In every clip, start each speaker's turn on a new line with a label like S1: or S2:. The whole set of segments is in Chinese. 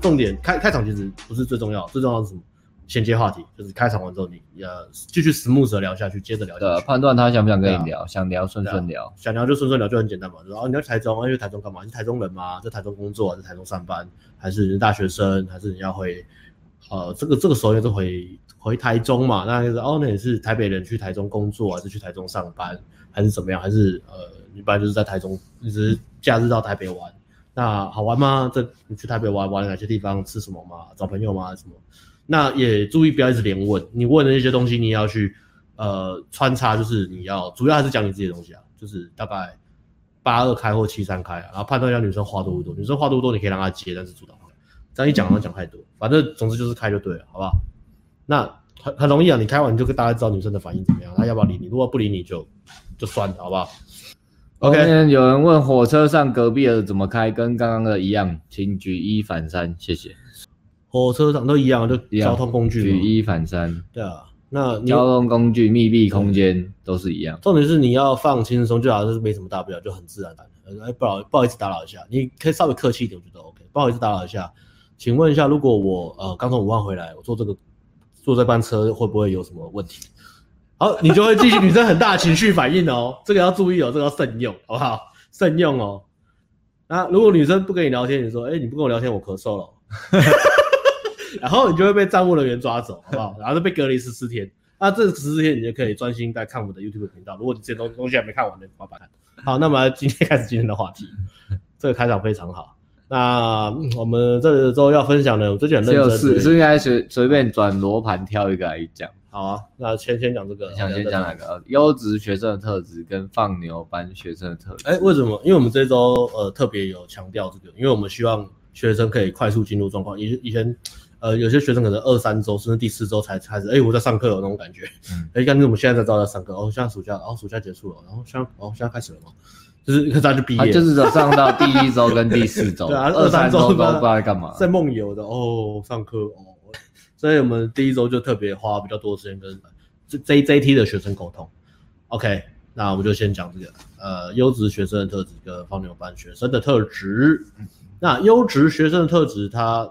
S1: 重点开开场其实不是最重要，最重要是什么？衔接话题，就是开场完之后你呃继续 smooth 地聊下去，接着聊
S2: 对
S1: 下
S2: 啊，
S1: 去。
S2: 判断他想不想跟你
S1: 对啊啊
S2: 聊，想聊顺顺聊。
S1: 想聊就顺顺聊就很简单嘛，就说哦你要去台中，要去台中干嘛？你是台中人吗？在台中工作，在台中上班，还是你是大学生，还是你要回呃这个这个时候就是回回台中嘛？那就是哦那你是台北人去台中工作，还是去台中上班，还是怎么样？还是呃一般就是在台中，就是假日到台北玩。那好玩吗？这你去台北玩玩了哪些地方？吃什么吗？找朋友吗？什么？那也注意不要一直连问，你问的那些东西你也要去呃穿插，就是你要主要还是讲你自己的东西啊，就是大概八二开或七三开、啊，然后判断一下女生话多不多，女生话多不多你可以让她接，但是主导她这样一讲好像讲太多，反正总之就是开就对了，好不好？那很很容易啊，你开完你就大概知道女生的反应怎么样，她要不要理你，如果不理你就就算了，好不好？OK，
S2: 后面有人问火车上隔壁的怎么开，跟刚刚的一样，请举一反三，谢谢。
S1: 火车上都一样，就
S2: 一样
S1: 交通工具
S2: 举
S1: 嘛，
S2: 一反三，
S1: 对啊。那你
S2: 交通工具、密闭空间都是一样。
S1: 重点是你要放轻松，就好像是没什么大不了，就很自然的。哎，不好不好意思打扰一下，你可以稍微客气一点，我觉得 OK。不好意思打扰一下，请问一下，如果我呃刚从武汉回来，我坐这个坐这班车会不会有什么问题？好，你就会激起女生很大的情绪反应哦，这个要注意哦，这个要慎用，好不好？慎用哦。那如果女生不跟你聊天，你说，哎、你不跟我聊天，我咳嗽了哦， 然后你就会被站务人员抓走，好不好？然后就被隔离十四天。那这十四天你就可以专心在看我们的 YouTube 频道。如果你这些东东西还没看完的，麻烦看。好，那么今天开始今天的话题， 这个开场非常好。那嗯我们这周要分享的，我最近很
S2: 只
S1: 认
S2: 有
S1: 真。
S2: 四，是应该随随便转罗盘挑一个来讲。
S1: 好啊，那先先讲这个，
S2: 想先讲哪个？优质学生的特质跟放牛班学生的特质。
S1: 哎、为什么？因为我们这周呃特别有强调这个，因为我们希望学生可以快速进入状况。以以前呃有些学生可能二三周甚至第四周才开始，哎、我在上课有那种感觉。
S2: 嗯
S1: 哎、但是我们现在才知道在上课，哦，现在暑假，哦，暑假结束了，然后现在哦现在开始了嘛，就是他就毕
S2: 他
S1: 业，
S2: 啊就是只有上到第一周跟第四周，
S1: 对啊
S2: 二
S1: 三
S2: 三周
S1: 周
S2: 都不知道在干嘛。
S1: 在梦游的哦，上课哦，所以我们第一周就特别花比较多的时间跟这 J J T 的学生沟通。OK，那我们就先讲这个呃优质学生的特质跟放牛班学生的特质。那优质学生的特质它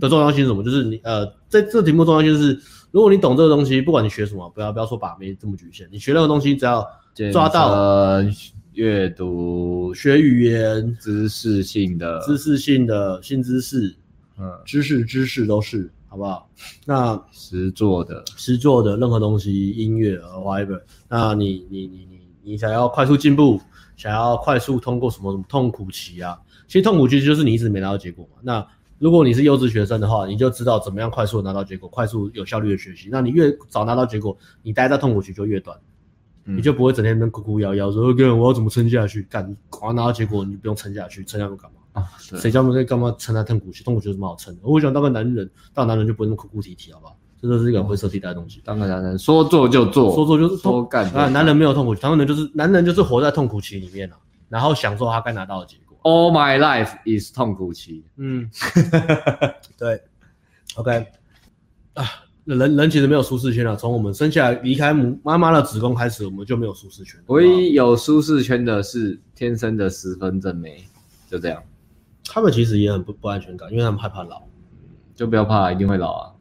S1: 的重要性是什么？就是你呃这这题目重要性是，如果你懂这个东西，不管你学什么，不要不要说把妹这么局限，你学那个东西只要抓到
S2: 健身、阅读、
S1: 学语言、
S2: 知识性的，
S1: 知识性的新知识、
S2: 嗯，
S1: 知识、知识都是，好不好？那
S2: 实作的，
S1: 实作的任何东西，音乐呃 whatever，那你你你你你想要快速进步，想要快速通过什么什么痛苦期啊？其实痛苦期就是你一直没拿到结果嘛。那如果你是优质学生的话，你就知道怎么样快速地拿到结果，快速有效率的学习。那你越早拿到结果，你待在痛苦期就越短，
S2: 嗯
S1: 你就不会整天在那边哭哭摇摇说，哥，我要怎么撑下去？干，赶快拿到结果，你就不用撑下去，撑下去干嘛？
S2: 啊，
S1: 谁
S2: 对，
S1: 叫我们在干嘛撑他痛苦期？痛苦期有什么好撑的？我想当个男人，当男人就不会那么哭哭啼啼，好不好？这就是一个很灰色地带的东西。
S2: 当个男人说做就做，
S1: 说做就是痛
S2: 哦说干就
S1: 啊，
S2: 干
S1: 男人没有痛苦期，他们就是男人就是活在痛苦期里面了、啊然后享受他该拿到的结果。
S2: All my life is 痛苦期，
S1: 嗯，对，OK，啊，人人其实没有舒适圈了、啊从我们生下来离开母妈妈的子宫开始，我们就没有舒适圈。
S2: 唯一有舒适圈的是天生的十分正妹，就这样，
S1: 他们其实也很不不安全感，因为他们害怕老，
S2: 就不要怕，一定会老啊。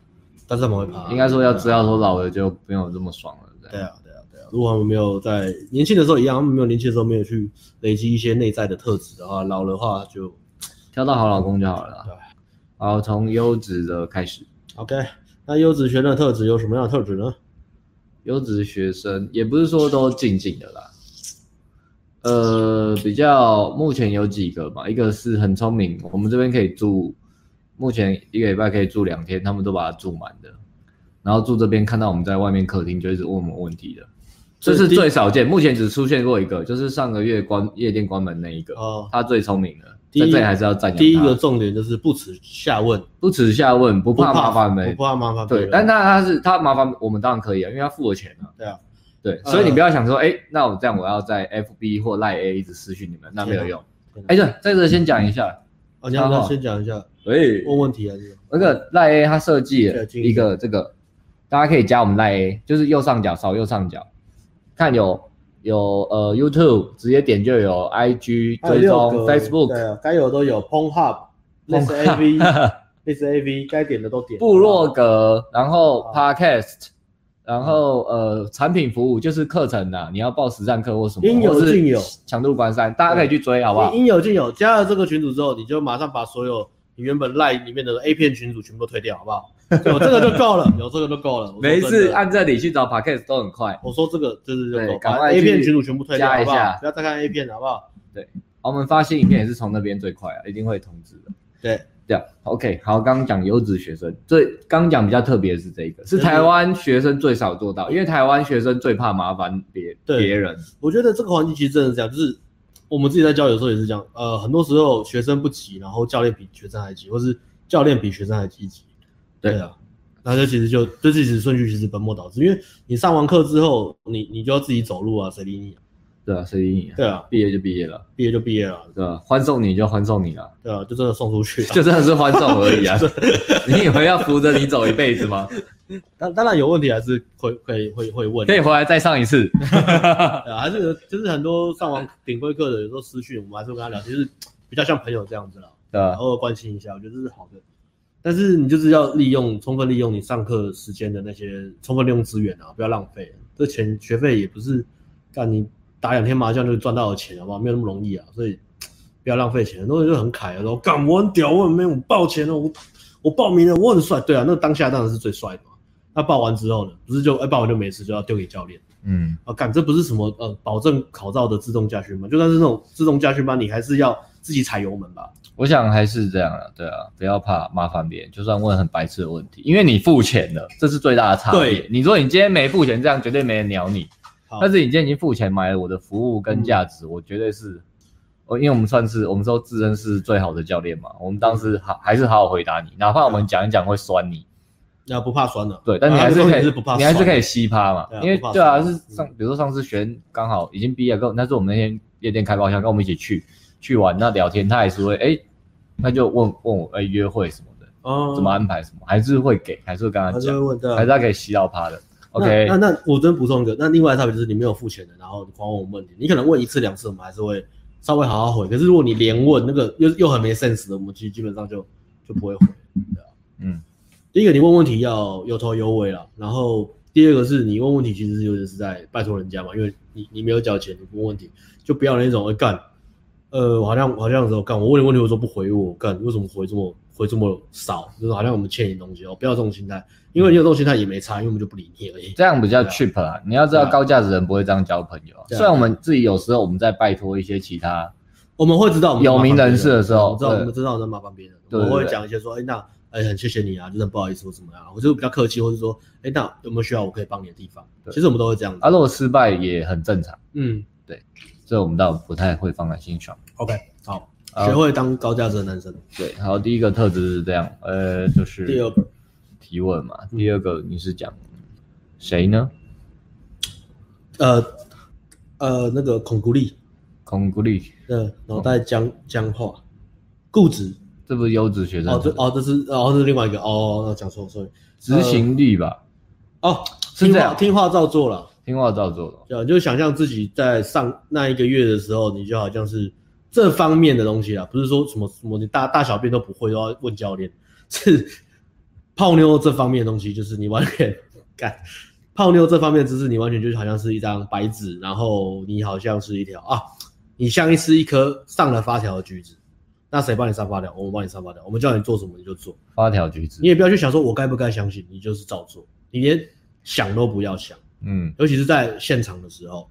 S1: 但是他们会怕。
S2: 应该说要知道说老了就没有这么爽了，这
S1: 啊对
S2: 样
S1: 啊，对啊，对啊。如果他们没有在年轻的时候一样，他们没有年轻的时候没有去累积一些内在的特质的话，老的话就
S2: 挑到好老公就好了
S1: 对
S2: 啦。好，从优质的开始，
S1: OK。那优质学生的特质有什么样的特质呢？
S2: 优质学生也不是说都静静的啦，呃，比较目前有几个嘛，一个是很聪明，我们这边可以住，目前一个礼拜可以住两天，他们都把它住满的，然后住这边看到我们在外面客厅就一直问我们问题的，这是
S1: 第
S2: 最少见，目前只出现过一个，就是上个月关夜店关门那一个，
S1: 哦，
S2: 他最聪明了，
S1: 第一
S2: 在这里还是要赞扬他
S1: 第一个重点就是不耻下问，
S2: 不耻下问，不
S1: 不
S2: 怕麻烦
S1: 不
S2: 没。
S1: 怕麻烦别
S2: 对
S1: 人。，
S2: 但他他是他麻烦我们当然可以啊，因为他付了钱啊。
S1: 对啊，
S2: 对，
S1: 呃
S2: 所以你不要想说，哎、那我这样我要在 FB 或赖 A 一直私讯你们，那没有用。哎、
S1: 呀，
S2: 对，在这先讲一下，
S1: 啊，你要不要
S2: 好
S1: 先讲一下
S2: 喂、
S1: 问问题啊还是？
S2: 那个赖 A 它设计了
S1: 嗯设计
S2: 一个这个，大家可以加我们赖 A，就是右上角扫右上角，看有有呃 YouTube 直接点就有 IG
S1: 还
S2: 追踪
S1: 有六个
S2: Facebook，
S1: 对啊，该有都有 p o n h u b 类似 AV，类似 A V 该点的都点。
S2: 部落格，然后
S1: 好
S2: podcast，然
S1: 哦
S2: 后呃产品服务就是课程呐、你要报实战课或什么，
S1: 应有
S2: 或是
S1: 尽有
S2: 强度关山，大家可以去追，好不好
S1: 你？应有尽有。加了这个群组之后，你就马上把所有你原本 LINE 里面的 A 片群组全部都推掉，好不好？有这个就够了，有这个就够了。我说
S2: 没
S1: 真
S2: 事，
S1: 的
S2: 按这里去找 podcast 都很快。
S1: 我说这个就是就
S2: 对
S1: 够，
S2: 赶
S1: 把
S2: 快
S1: A 片
S2: 去
S1: 群组全部推掉，
S2: 加
S1: 好
S2: 一
S1: 不
S2: 下
S1: 好？不要再看 A 片，好不好？
S2: 啊我们发新影片也是从那边最快啊，一定会通知的。
S1: 对，
S2: 对啊，OK，好，刚刚讲优质学生，最刚讲比较特别的是这个，
S1: 就
S2: 是
S1: 是
S2: 台湾学生最少做到，因为台湾学生最怕麻烦别
S1: 对
S2: 别人，
S1: 我觉得这个环境其实真的是这样，就是我们自己在教有时候也是这样，呃，很多时候学生不急，然后教练比学生还急，或是教练比学生还积极。
S2: 对
S1: 啊，那这其实就这其实顺序其实本末倒置，因为你上完课之后，你你就要自己走路啊，谁理你、啊？
S2: 对啊，所以
S1: 对啊，
S2: 毕业就毕业了，
S1: 毕业就毕业了，啊
S2: 对吧、欢送你就欢送你了，
S1: 对啊，就真的送出去了。
S2: 就真的是欢送而已啊！ 你以为要扶着你走一辈 子吗？
S1: 当当然有问题还是会会会会问啊，
S2: 可以回来再上一次，
S1: 对啊，还是有就是很多上完顶规课的，有时候私讯我们还是会跟他聊，就是比较像朋友这样子啦。
S2: 对吧、
S1: 偶尔关心一下，我觉得这是好的。但是你就是要利用充分利用你上课时间的那些充分利用资源啊，不要浪费。这钱学费也不是干你打两天麻将就赚到的钱，好不好？没有那么容易啊，所以不要浪费钱。很多人就很凯啊，说干我很屌，我很 man，我报钱了，我我报名了，我很帅。对啊，那当下当然是最帅的嘛。那报完之后呢，不是就哎报完就没事，就要丢给教练。
S2: 嗯，
S1: 啊，干这不是什么呃保证考照的自动驾训班，就算是那种自动驾训班，你还是要自己踩油门吧。
S2: 我想还是这样了，对啊，不要怕麻烦别人，就算问很白痴的问题，因为你付钱了，这是最大的差别
S1: 对。
S2: 你说你今天没付钱，这样绝对没人鸟你。
S1: 好嗯
S2: 但是你今天已经付钱买了我的服务跟价值，我绝对是，我因为我们算是我们说自认是最好的教练嘛，我们当时还还是好好回答你，哪怕我们讲一讲会酸你，
S1: 那不怕酸的，
S2: 对，但你
S1: 啊
S2: 还是
S1: 重
S2: 可
S1: 点
S2: 以，
S1: 是不怕
S2: 你还是
S1: 酸
S2: 可以吸趴嘛
S1: 对，啊
S2: 因为
S1: 不怕
S2: 对啊，
S1: 酸
S2: 是上，比如说上次学员刚好已经毕业，跟我那是我们那天夜店开包厢，跟我们一起去去玩，那聊天他也是会，哎、那就问问我，哎、约会什么的，
S1: 哦，
S2: 怎么安排什么，还是会给，还是会跟他
S1: 还是
S2: 讲
S1: 会，问对啊
S2: 还是他可以吸到趴的，OK，
S1: 那那那我真补充一个，那另外的差别就是你没有付钱的，然后你狂问我们问题，你可能问一次两次，我们还是会稍微好好回。可是如果你连问，那个又又很没 sense 的，我们其实基本上就就不会回。对啊
S2: 嗯，
S1: 第一个你问问题要有头有尾了，然后第二个是你问问题其实有点是在拜托人家嘛，因为你你没有缴钱，你不问问题就不要那种哎干，呃，我好像好像有时候干我问你问题，我说不回我干，为什么回这么回这么少？就是好像我们欠你东西哦，不要这种心态，因为你有这种心态也没差，因为我们就不理你而已。
S2: 这样比较
S1: 对啊
S2: cheap 啊。你要知道，
S1: 对啊
S2: 高价值人不会这样交朋友啊、
S1: 对啊
S2: 虽然我们自己有时候我们在拜托一些其他，
S1: 我们会知道我们在麻烦
S2: 有名人
S1: 别
S2: 士的时候
S1: 我们知道
S2: 对
S1: 我们知道我们在麻烦别人，
S2: 对对
S1: 我们会
S2: 对
S1: 讲一些说，哎、那哎、很谢谢你啊，真的不好意思或怎么样，我就比较客气，或者说，哎、那有没有需要我可以帮你的地方？
S2: 对
S1: 其实我们都会这样子。
S2: 啊，如果失败也很正常，
S1: 嗯
S2: 所以我们倒不太会放在心上。
S1: ，OK，好，
S2: 好呃
S1: 学会当高价值的男生。
S2: 对，好，第一个特质是这样，呃，就是
S1: 第二个
S2: 提问嘛。
S1: 嗯
S2: 第二个你是讲谁呢？
S1: 呃呃，那个孔古力
S2: 孔古力，
S1: 的脑
S2: 嗯
S1: 袋僵僵化，固执。
S2: 这不是优质学生
S1: 哦，这哦这是哦这是另外一个哦，那讲错，sorry。
S2: 执行力吧？
S1: 哦，
S2: 是
S1: 听
S2: 这
S1: 话
S2: 样
S1: 听话照做了。
S2: 听话照做了。
S1: 对啊，你就想象自己在上那一个月的时候，你就好像是这方面的东西啦，不是说什么什么你大大小便都不会都要问教练，是泡妞这方面的东西，就是你完全 干泡妞这方面的知识，你完全就是好像是一张白纸，然后你好像是一条啊，你像一是一颗上了发条的橘子，那谁帮你上发条？我们帮你上发条，我们叫你做什么你就做，
S2: 发条橘子
S1: 你，也不要去想说我该不该相信，你就是照做，你连想都不要想。
S2: 嗯，
S1: 尤其是在现场的时候，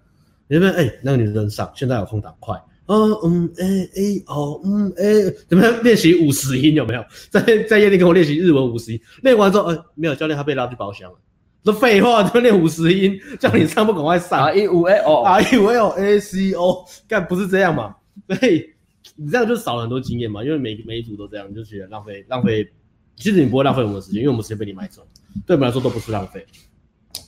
S1: 你那边哎、那个女生上，现在有空档，快，嗯嗯哎哎哦嗯哎，怎么样练习五十音有没有？在在夜店跟我练习日文五十音，练完之后，呃，没有教练他被拉去包厢了，说废话，就练五十音，叫你上不赶快上
S2: 啊，一五 A 哦，
S1: ，R U L A C O，干不是这样嘛？所以你这样就少了很多经验嘛，因为每每一组都这样，你就觉得浪费浪费。其实你不会浪费我们的时间，因为我们时间被你买走，对我们来说都不是浪费。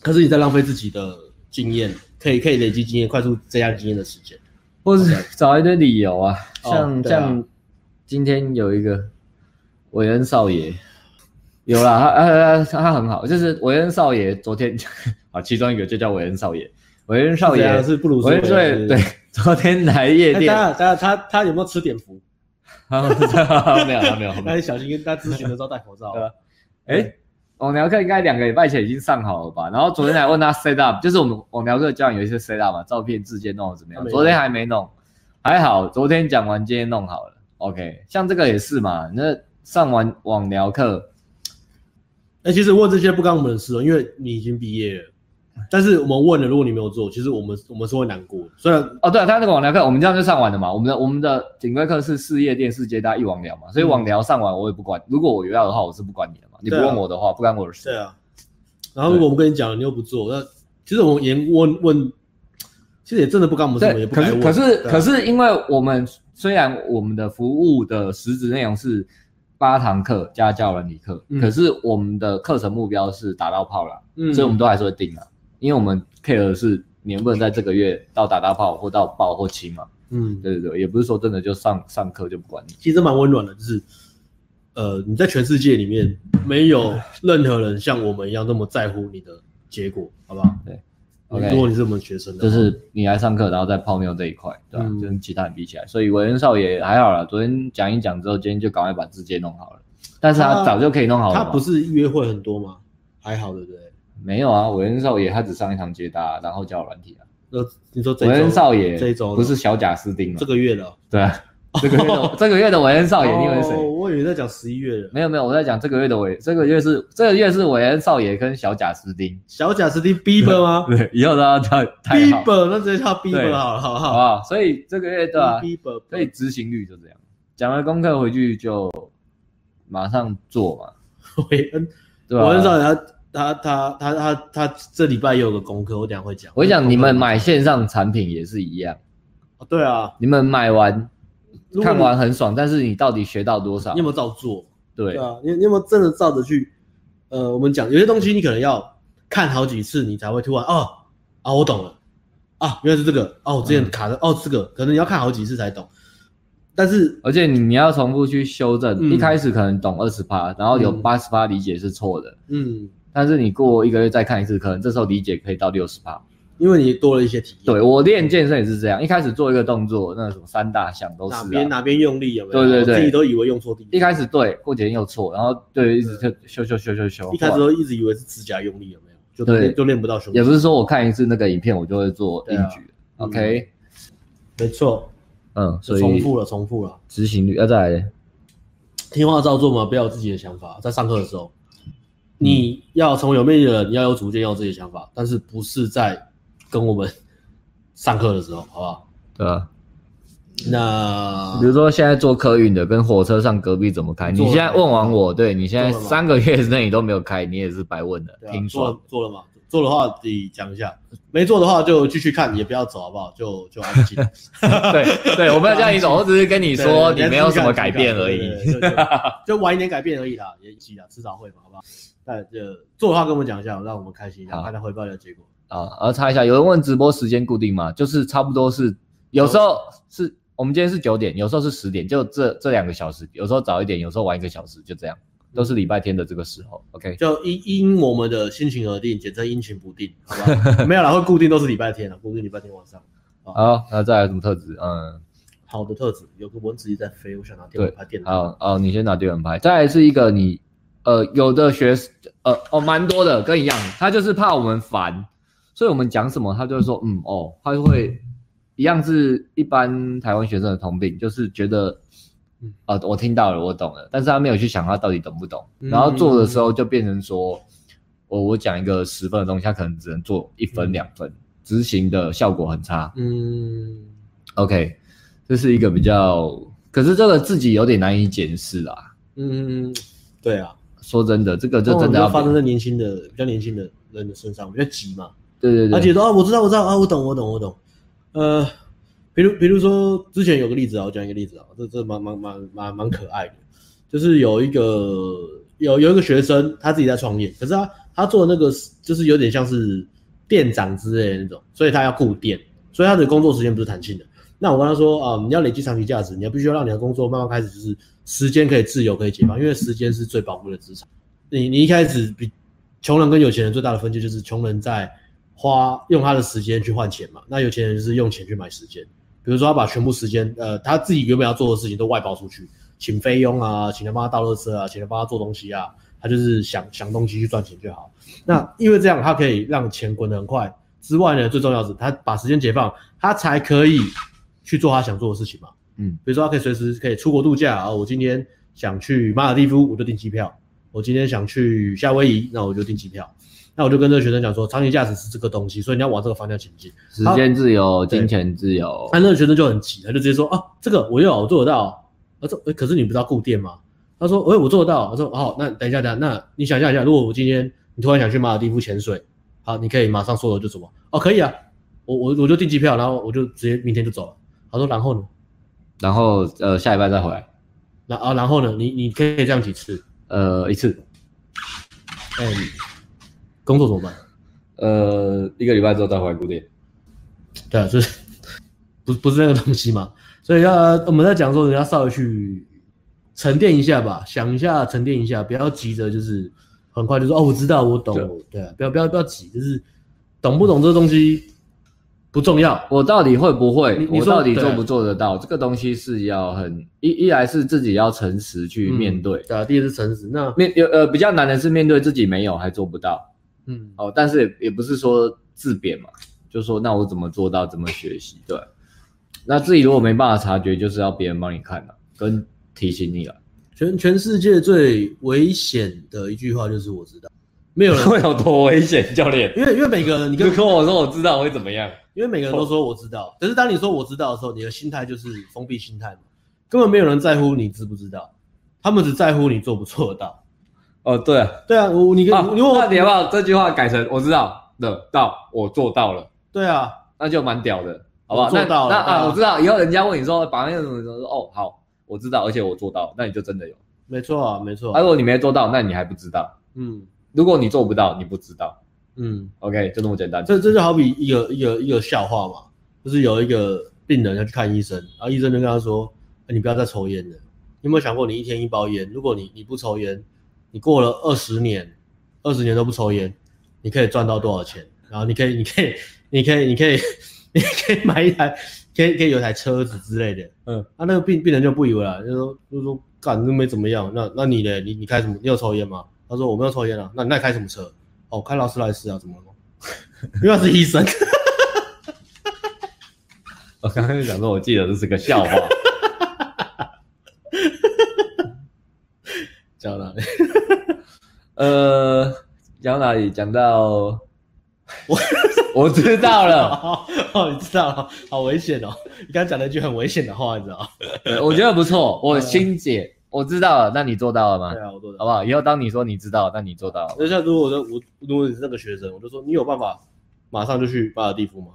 S1: 可是你在浪费自己的经验，可以可以累积经验，快速增加经验的时间。
S2: 或是找一堆理由啊，
S1: 哦
S2: 像、
S1: 对啊
S2: 像今天有一个韦恩少爷，有啦，他他他他很好，就是韦恩少爷昨天 啊，其中一个就叫韦恩少爷，韦恩
S1: 啊
S2: 少
S1: 是怎
S2: 爷
S1: 样是布鲁斯
S2: 韦恩
S1: 韦
S2: 少
S1: 恩是
S2: 爷
S1: 不是
S2: 对，昨天来夜
S1: 哎，
S2: 店
S1: 大家大家他他有没有吃点福？
S2: 啊没有啦没有没
S1: 但
S2: 有。
S1: 是小心跟大家咨询的时候戴口罩。
S2: 哎，网聊课应该两个礼拜前已经上好了吧？然后昨天还问他 set up，就是我们哦网聊课教你有一些 set up 嘛，照片、字节弄得怎么
S1: 他
S2: 样？
S1: 没弄
S2: 昨天还没弄，还好，昨天讲完，今天弄好了。OK，像这个也是嘛，那上完网聊课，
S1: 那、哎其实问这些不干我们的事哦，因为你已经毕业了。但是我们问了，如果你没有做，其实我们我们是会难过的。虽然
S2: 哦，对、啊，他那个网聊课我们这样就上完了嘛。我们的我们的顶规课是事业电视接搭一网聊嘛，所以网聊上完我也不管，如果我有要的话，我是不管你的嘛。你不
S1: 嗯对啊
S2: 问我的话，不干我的事。
S1: 对啊，然后如果我们跟你讲了，你又不做，那其实我们也问问，其实也真的不干我们事，我们
S2: 对，
S1: 也不
S2: 可
S1: 该
S2: 是
S1: 问。
S2: 可是
S1: 对啊
S2: 可是，因为我们虽然我们的服务的实质内容是八堂课加教人理课，
S1: 嗯
S2: 可是我们的课程目标是打到炮啦，
S1: 嗯
S2: 所以我们都还是会定啊，因为我们 care 的是你能不能在这个月到打到炮或到爆或清嘛。
S1: 嗯，
S2: 对对对，也不是说真的就上上课就不管你。
S1: 其实蛮温暖的，就是呃，你在全世界里面没有任何人像我们一样那么在乎你的结果，好不好？
S2: 对，OK
S1: 如果你是我们学生的
S2: 就
S1: 话，
S2: 是你来上课，然后再泡妞这一块，对吧、
S1: 嗯
S2: 跟其他人比起来，所以韦恩少也还好啦。昨天讲一讲之后，今天就赶快把字节弄好了。但是他
S1: 他
S2: 早就可以弄好了嘛。
S1: 他不是约会很多吗？还好，对不对？
S2: 没有啊，韦恩少爷他只上一堂接搭，然后教软体啊。
S1: 那你说这
S2: 韦恩
S1: 一周
S2: 少爷
S1: 这一周呢
S2: 不是小贾斯汀吗
S1: 这？个月了，
S2: 对啊，这个月的这个月的韦恩少爷，你以为是
S1: 哦
S2: 谁？
S1: 我以为在讲十一月了。
S2: 没有没有，我在讲这个月的韦，这个月是这个月是韦恩少爷跟小贾斯 汀。
S1: 小贾斯汀 Bieber 吗
S2: 对，以后都要叫太好，
S1: ？Bieber，那直接叫他
S2: 对
S1: Bieber 好了，好不好
S2: 好不？好？所以这个月对吧、
S1: Bieber，
S2: 所以执行率就这样。讲了功课回去就马上做嘛，
S1: 韦恩，
S2: 对吧、
S1: 我很少他他他他他他这礼拜也有个功课，我等一下会讲。
S2: 我想你们买线上产品也是一样，
S1: 哦对啊，
S2: 你们买完
S1: 如果
S2: 看
S1: 你
S2: 完很爽，但是你到底学到多少
S1: 你有？没有照做？
S2: 对
S1: 对啊，你你有没有真的照着去？呃，我们讲有些东西你可能要看好几次，你才会突然哦啊我懂了啊原来是这个哦我之前卡的、哦这个可能你要看好几次才懂，但是
S2: 而且你你要重复去修正，
S1: 嗯
S2: 一开始可能懂二十趴，然后有
S1: 嗯
S2: 八十趴理解是错的，
S1: 嗯
S2: 但是你过一个月再看一次，可能这时候理解可以到六十趴。
S1: 因为你多了一些体验，
S2: 对我练健身也是这样，一开始做一个动作，那个什么三大项都是、
S1: 哪
S2: 啊，
S1: 边哪边用力有没有？
S2: 对对
S1: 我
S2: 对
S1: 自己都以为用错地方，
S2: 一开始对过几天又错，然后对一直修修修修修，
S1: 嗯一开始
S2: 哦后来
S1: 都一直以为是指甲用力有没有？就
S2: 对
S1: 练就练不到胸肌
S2: 也，不是说我看一次那个影片我就会做硬
S1: 对啊
S2: 举、，OK，
S1: 没错，
S2: 嗯，所
S1: 重
S2: 以
S1: 复了重复了。
S2: 执行率要啊再来，
S1: 听话照做嘛，不要有自己的想法。在上课的时候，你要成为有魅力的人，你要有主见，要有自己的想法，但是不是在跟我们上课的时候，好不好？
S2: 对啊吧、
S1: 那
S2: 嗯比如说现在坐客运的跟火车上隔壁怎么开？
S1: 你
S2: 你
S1: 啊做了
S2: 现在问完我，对你现在
S1: 做了吗
S2: 三个月之内你都没有开，你也是白问的
S1: 对，啊
S2: 挺
S1: 做
S2: 爽
S1: 了。做了嘛？做的话自己讲一下，没做的话就继续看，也不要走，好不好？就就安静。
S2: 对对，我没有叫 你走，我只是跟你
S1: 你
S2: 说你没有什么改变而已。
S1: 对对对就晚一点改变而已啦，也急啦，迟早会嘛，好不好？那就做的话跟我们讲一下，让我们开心一下，
S2: 好
S1: 看他汇报一下结果。
S2: 啊，然后查一下，有人问直播时间固定吗？就是差不多是，有时候是我们今天是九点，有时候是十点，就这这两个小时，有时候早一点，有时候晚一个小时，就这样，都是礼拜天的这个时候。OK，
S1: 就因因我们的心情而定，简称阴晴不定，好吧？没有啦，会固定都是礼拜天了，固定礼拜天晚上。
S2: 好，那再来什么特质？嗯，
S1: 好的特质，有个蚊子一直在飞，我想拿电蚊拍电它。
S2: 好哦，你先拿丢人拍，再来是一个你，呃，有的学，呃，哦，蛮多的，跟一样，他就是怕我们烦，所以我们讲什么，他就会说，嗯，哦，他就会一样是一般台湾学生的通病，就是觉得
S1: 嗯，
S2: 啊、我听到了，我懂了，但是他没有去想他到底懂不懂，
S1: 嗯
S2: 然后做的时候就变成说，我我讲一个十分的东西，他可能只能做一分
S1: 嗯
S2: 两分，执行的效果很差，
S1: 嗯，
S2: OK，这是一个比较，可是这个自己有点难以检视啦。
S1: 嗯，对啊，
S2: 哦说真的，这个
S1: 这
S2: 就真的要
S1: 发生在年轻的、比较年轻的人的身上，比较急嘛。
S2: 对对
S1: 他
S2: 对，
S1: 觉得啊，我知道，我知道啊，我懂，我懂，我懂。呃，比如比如说之前有个例子啊，我讲一个例子啊，这这蛮蛮蛮蛮蛮可爱的，就是有一个有有一个学生他自己在创业，可是他他做那个就是有点像是店长之类的那种，所以他要顾店，所以他的工作时间不是弹性的。那我跟他说啊、你要累积长期价值，你要必须要让你的工作慢慢开始，就是时间可以自由，可以解放，因为时间是最宝贵的资产。你你一开始比穷人跟有钱人最大的分界就是穷人在花用他的时间去换钱嘛，那有钱人就是用钱去买时间。比如说他把全部时间，呃，他自己原本要做的事情都外包出去，请菲佣啊，请人帮他倒垃圾啊，请人帮他做东西啊，他就是想想东西去赚钱就好。那因为这样，他可以让钱滚得很快。之外呢，最重要的是他把时间解放，他才可以去做他想做的事情嘛。
S2: 嗯，
S1: 比如说他可以随时可以出国度假啊，我今天想去马尔蒂夫，我就订机票；我今天想去夏威夷，那我就订机票。那我就跟这个学生讲说，长期价值是这个东西，所以你要往这个方向前进。
S2: 时间自由、金钱自由，
S1: 那那个学生就很急，他就直接说啊，这个我有，我做得到。他说，诶可是你不知道固店吗？他说，哎、我做得到。他说，好、那等一下，等一下，那你想象一下，如果我今天你突然想去马尔地夫潜水，好，你可以马上说了就走吗？哦，可以啊，我我我就订机票，然后我就直接明天就走了。他说，然后呢？
S2: 然后呃下一班再回来，
S1: 然啊，然后呢？你你可以这样几次？
S2: 呃一次，
S1: 哎、你工作怎么办？
S2: 呃一个礼拜之后再回来固定。
S1: 对啊，就是不不是那个东西嘛。所以要我们在讲说，人家稍微去沉淀一下吧，想一下，沉淀一下，不要急着就是很快就说哦，我知道，我懂，对啊，不要不要不要急，就是懂不懂这个东西不重要，
S2: 我到底会不会
S1: 你？你
S2: 我
S1: 说
S2: 到底做
S1: 对
S2: 不做得到？这个东西是要很一一来是自己要诚实去面对，
S1: 对啊，第一个是诚实，那
S2: 面有呃比较难的是面对自己没有还做不到
S1: 嗯，
S2: 哦，但是也也不是说自贬嘛，就说那我怎么做到，怎么学习？对，那自己如果没办法察觉，就是要别人帮你看了、跟提醒你了、啊
S1: 全全世界最危险的一句话就是我知道，没 有人，
S2: 会有多危险？教练，
S1: 因为因为每个人你跟
S2: 跟我说我知道会怎么样？
S1: 因为每个人都说我知道，可是当你说我知道的时候，你的心态就是封闭心态嘛，根本没有人在乎你知不知道，他们只在乎你做不做得到。
S2: 哦，对啊，
S1: 对啊，我你跟、
S2: 啊
S1: 你问
S2: 那你要
S1: 我，
S2: 不要这句话改成我知道的到我做到了？
S1: 对啊，
S2: 那就蛮屌的，好不好？
S1: 我做到了
S2: 那那
S1: 对啊
S2: 啊，我知道，以后人家问你说把那个什么什么，说哦，好，我知道，而且我做到，那你就真的有。
S1: 没错啊，没错、
S2: 啊，如果你没做到，那你还不知道。
S1: 嗯
S2: 如果你做不到，你不知道。
S1: 嗯，
S2: OK，就这么简单。
S1: 这这就好比一个一个一个笑话嘛，就是有一个病人要去看医生，然后医生就跟他说：“哎你不要再抽烟了。”你有没有想过，你一天一包烟，如果你你不抽烟，你过了二十年，二十年都不抽烟，你可以赚到多少钱？然后你可以，你可以，你可以，你可以，你可以买一台，可以可以有一台车子之类的。
S2: 嗯，
S1: 啊，那个病病人就不以为然，就说就说干都没怎么样。那那你呢？你你开什么？你有抽烟吗？他说我没有抽烟啊。那你那你开什么车？哦，我开劳斯莱斯啊？怎么了吗？因为他是医 生。
S2: 我刚刚就想说，我记得这是个笑话。
S1: 讲了，
S2: 呃，讲到哪里？讲到 我知道了。
S1: 哦，你知道了，好危险哦！你刚刚讲了一句很危险的话，你知道吗？
S2: 对我觉得 不错，我心解，我知道了。那你做到了
S1: 嗯
S2: 吗
S1: 对？啊，我做的
S2: 好。不好？以后当你说你知道，那你做到了吗。
S1: 那像如果说我如果你是那个学生，我就说你有办法马上就去马尔蒂夫吗？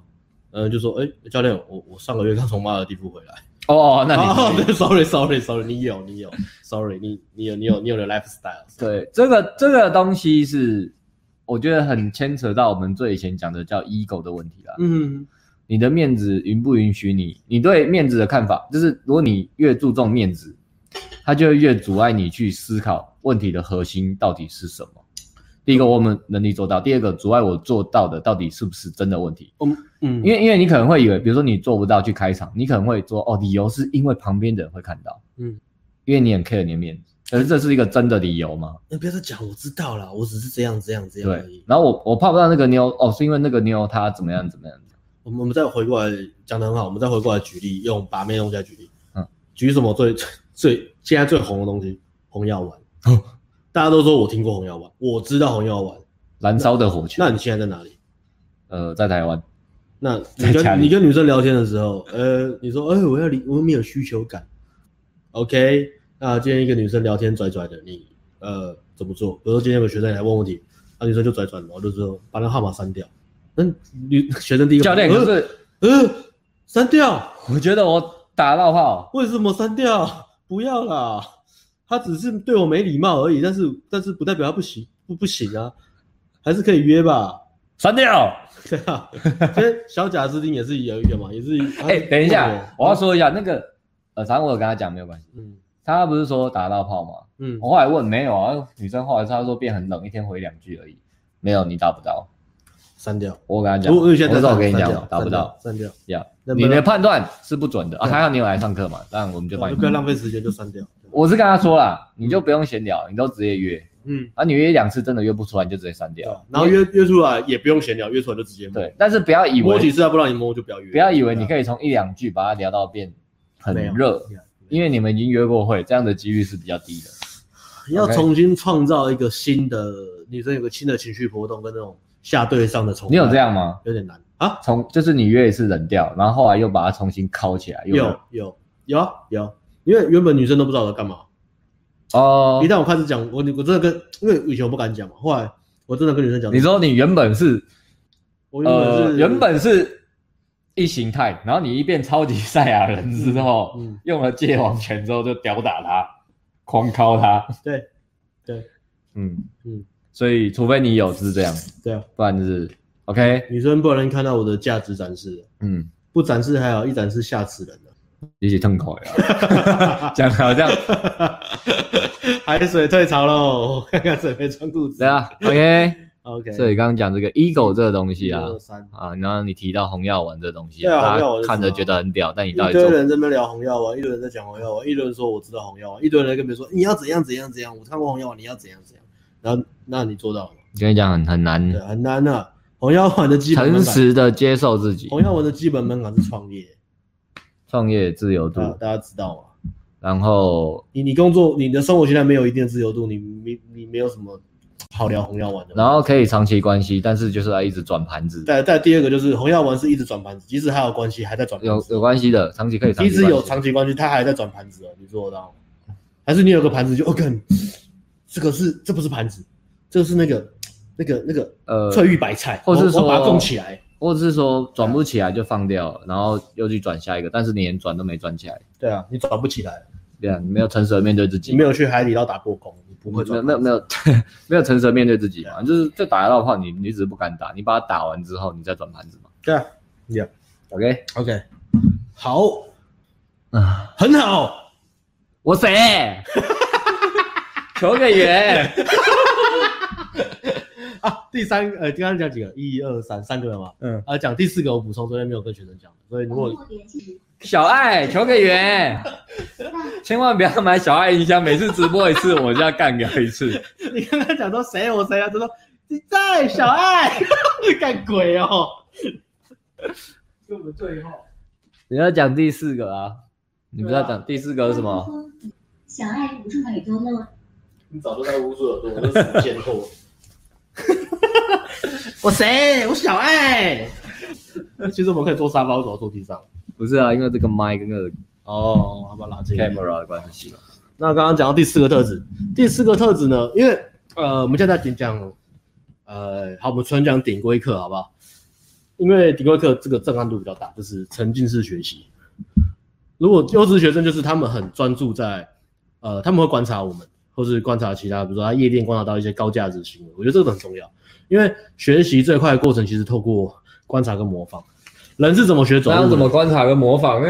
S1: 嗯，就说哎、教练，我我上个月刚从马尔蒂夫回来。
S2: 哦，哦那
S1: 哦
S2: 你、
S1: 对，sorry sorry sorry，你有你有，sorry 你你有你有你有的 lifestyle。
S2: 对这个这个东西是，我觉得很牵扯到我们最以前讲的叫 ego 的问题啦。
S1: 嗯，
S2: 你的面子允不允许你？你对面子的看法，就是如果你越注重面子，它就会越阻碍你去思考问题的核心到底是什么。第一个，我们能力做到；第二个，阻碍我做到的到底是不是真的问题？
S1: 我们嗯，
S2: 因为因为你可能会以为，比如说你做不到去开场，你可能会说哦，理由是因为旁边的人会看到，
S1: 嗯，
S2: 因为你很 care 你的面子，可是这是一个真的理由吗？
S1: 呃你不要再讲，我知道啦，我只是这样这样这样
S2: 对
S1: 而已。。
S2: 然后我我泡不到那个妞，哦，是因为那个妞她怎么样怎么样，
S1: 我们我们再回过来讲的很好，我们再回过来举例，用把妹东西来举例。
S2: 嗯，
S1: 举什么最最最现在最红的东西？红药丸
S2: 哦。
S1: 大家都说我听过红药丸，我知道红药丸。
S2: 燃烧的火球。
S1: 那你现在在哪里？
S2: 呃，在台湾，
S1: 那
S2: 在
S1: 你
S2: 家
S1: 跟
S2: 里
S1: 你跟女生聊天的时候，呃，你说，哎、我要离，我没有需求感。OK，那今天一个女生聊天拽拽的，你呃怎么做？比如说今天有个学生来问问题，那女生就拽拽的，我就说把那号码删掉。那女学生第一个
S2: 教练可
S1: 呃
S2: 是
S1: 呃删掉，
S2: 我觉得我打到炮，
S1: 为什么删掉？不要啦，他只是对我没礼貌而已，但是但是不代表他不行，不不行啊，还是可以约 吧。
S2: 删掉。
S1: 对啊，其实小贾斯汀也是有一个嘛，也是。
S2: 哎、等一下，我要
S1: 说，
S2: 说一下那个，呃，反正我有跟他讲没有关系。
S1: 嗯
S2: 他不是说打到炮吗？
S1: 嗯，
S2: 我后来问没有啊，女生后来她说变很冷，一天回两句而已。没有，你打不到。
S1: 删掉。
S2: 我跟他讲，
S1: 我我现在
S2: 我
S1: 在
S2: 说我跟你
S1: 删
S2: 讲
S1: 掉，
S2: 打不到。
S1: 删掉，
S2: 呀
S1: 那，不
S2: 你
S1: 然
S2: 的判断是不准的啊！还好你有来上课嘛，当然我们就
S1: 删
S2: 帮
S1: 掉
S2: 你
S1: 就不要浪费时间，就删掉。对
S2: 我是跟他说啦，你就不用闲聊，你都直接约
S1: 嗯，
S2: 啊，你约一两次真的约不出来，你就直接删
S1: 对啊
S2: 掉。
S1: 然后约约出来也不用闲聊，约出来就直接摸。
S2: 对，但是不要以
S1: 摸几
S2: 为
S1: 次啊他不让你摸就不要约。啊
S2: 不要以为你可
S1: 以
S2: 以从一两句把它聊到变很热，，
S1: 没有
S2: 因为你们已经约过会，这样的几率是比较低的。
S1: 要
S2: OK
S1: 重新创造一个新的女生有个新的情绪波动跟那种下对上的重。
S2: 你有这样吗？
S1: 有点难啊？
S2: 从就是你约一次冷掉，然后后来又把它重新铐起来，又
S1: 有有有啊有，因为原本女生都不知道我在干嘛。
S2: 哦
S1: 一。旦我开始讲，我我真的跟，因为以前我不敢讲嘛，后来我真的跟女生讲，
S2: 你说你原本是
S1: 我原本
S2: 呃
S1: 是
S2: 原本是异形态，然后你一变超级赛亚人之后，
S1: 嗯嗯
S2: 用了界王拳之后就吊打他，狂敲他，
S1: 对对
S2: 嗯嗯
S1: 嗯，
S2: 所以除非你有是这样，
S1: 对啊，
S2: 不然就是 OK，
S1: 女生不能看到我的价值展示，
S2: 嗯，
S1: 不展示还好，一展示吓死人了。
S2: 一起痛口 呀，讲得好像
S1: 海水退潮喽，我看看谁没穿裤子。
S2: 对啊，OK，
S1: OK，
S2: 所以啊刚刚讲这个 ego 这个东西啊
S1: 一。二三
S2: 啊，然后你提到红药丸这东西、
S1: 嗯对啊
S2: 大
S1: 红药丸
S2: 家
S1: 是
S2: 看着
S1: 什么
S2: 觉得很屌，但你到
S1: 一
S2: 底做
S1: 堆人在那边聊红药丸，一堆人在讲红药丸，一堆人说我知道红药丸，一堆人在跟别人说你要怎样怎样怎样，我看过红药丸，你要怎样怎样。然后，那你做到了吗？
S2: 跟你讲很很难
S1: 对，很难啊。红药丸的基本
S2: 诚
S1: 门槛，
S2: 实的接受自己，
S1: 红药丸的基本门槛是创业，
S2: 创业自由度，
S1: 大大家知道吗？
S2: 然后
S1: 你你工作你的生活现在没有一定的自由度，你你你没有什么好聊红药丸的。
S2: 然后可以长期关系，但是就是要一直转盘子，
S1: 再再第二个就是红药丸是一直转盘子，即使还有关系还在转盘
S2: 有
S1: 子，
S2: 有关系的，长期可以长
S1: 即
S2: 期
S1: 使有
S2: 关系
S1: 长期关系，他还在转盘子哦，你做得到吗？还是你有个盘子就哦，看这个是这不是盘子，这个是那个那个那个
S2: 呃
S1: 翠玉白菜，
S2: 或是
S1: 我
S2: 说
S1: 我把它供起来，
S2: 或者是说转不起来就放掉了，然后又去转下一个，但是你连转都没转起来，
S1: 对啊，你转不起来，
S2: 对啊，你没有诚实的面对自己，
S1: 你没有去海底捞打过工，你不会
S2: 没有
S1: 转
S2: 没
S1: 盘
S2: 有
S1: 子。啊
S2: 没有 没有诚实的面对自己嘛，就是就打得到炮，你你只是不敢打，你把它打完之后，你再转盘子嘛
S1: 对啊，Yeah，OK，、
S2: ，OK
S1: OK，好，
S2: 啊，
S1: 很好，
S2: 我谁？求个圆，
S1: 啊，第三个，呃，刚刚讲几个？一二三，三个了嘛。
S2: 嗯，
S1: 啊，讲第四个我补充，昨天没有跟学生讲，所以如果
S2: 小爱求个圆，千万不要买小爱音箱，每次直播一次我就要干掉一次。
S1: 你刚刚讲说谁我谁啊，他说你在小爱 干鬼哦。是我们最后
S2: 你要讲第四个啊？你不是要
S1: 对啊
S2: 讲第四个是什么？？
S3: 小爱捂住耳朵漏，
S1: 你早就在捂住耳朵，我都死贱货。 我谁？我小爱。其实我们可以坐沙发，或者坐地上。
S2: 不是啊，因为这个麦跟那个
S1: 哦，好吧，拉近一点
S2: camera 的关系嘛。
S1: 那刚刚讲到第四个特质，第四个特质呢，因为呃，我们现在在讲，呃，好，我们纯讲顶规课好不好？因为顶规课这个震撼度比较大，就是沉浸式学习。如果优质学生就是他们很专注在，呃，他们会观察我们，或是观察其他，比如说他夜店观察到一些高价值行为，我觉得这个很重要，因为学习最快的过程其实透过观察跟模仿。人是怎么学走
S2: 那
S1: 路
S2: 要
S1: 的？
S2: 怎么观察跟模仿呢？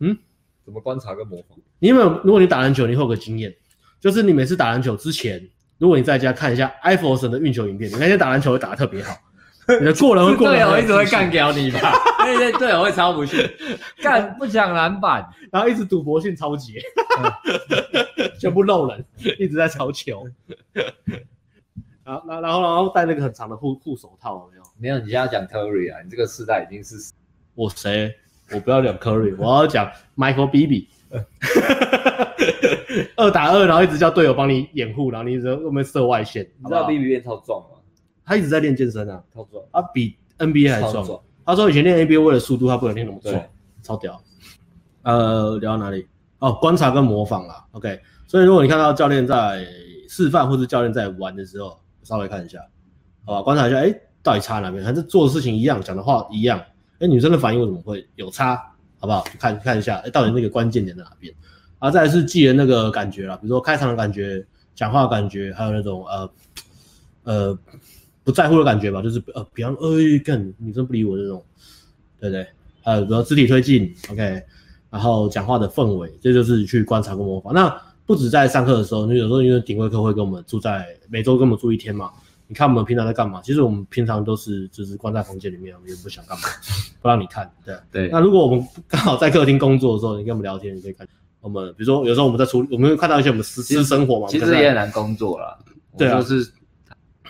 S1: 嗯，
S2: 怎么观察跟模仿？
S1: 你有没有？如果你打篮球，你会有个经验，就是你每次打篮球之前，如果你在家看一下艾弗森的运球影片，你那天打篮球会打得特别 好，你的过人会
S2: 是
S1: 过
S2: 队
S1: 得
S2: 友
S1: 很
S2: 啊一直会
S1: 仔细
S2: 干，掉你吧？ 那些队友会超不去，干不抢篮板，
S1: 然后一直赌博性超级， 全部漏人，一直在抄球。 然后，然后，然后戴那个很长的护护手套，有没有？
S2: 没有，你现在讲 Curry 啊，你这个世代已经是
S1: 我谁？我不要讲 Curry，我要讲 Michael Bibby。二打二，然后一直叫队友帮你掩护，然后你一直在外面射外线，
S2: 你
S1: 好不
S2: 知
S1: 好
S2: 道 B B 变超壮吗？
S1: 他一直在练健身啊。
S2: 超壮，
S1: 他比 NBA 还
S2: 超
S1: 壮。，他说以前练 NBA 为了速度，他不能练那么壮
S2: 对，
S1: 超屌。呃，聊到哪里？哦，观察跟模仿啦。OK，所以如果你看到教练在示范或是教练在玩的时候，稍微看一下，好吧，观察一下，哎、到底差哪边？还是做的事情一样，讲的话一样？哎、女生的反应为什么会有差？好不好？去看看一下，哎、到底那个关键点在哪边？啊，再来是记人那个感觉啦，比如说开场的感觉、讲话的感觉，还有那种呃呃不在乎的感觉吧，就是呃，比方哎干女生不理我这种，对不对？还有比如说肢体推进，OK，然后讲话的氛围，这就是去观察跟模仿。那不止在上课的时候，你有时候因为顶规课会跟我们住在每周跟我们住一天嘛，你看我们平常在干嘛？其实我们平常都是就是关在房间里面，我们也不 想干嘛，不让你看，对。
S2: 对
S1: 那如果我们刚好在客厅工作的时候，你跟我们聊天，你可以看我们比如说有时候我们在处理，我们会看到一些我们私
S2: 其实
S1: 私生活嘛，
S2: 其
S1: 我们可
S2: 实
S1: 能
S2: 也
S1: 在
S2: 很难工作啦。
S1: 对啊
S2: 我就是，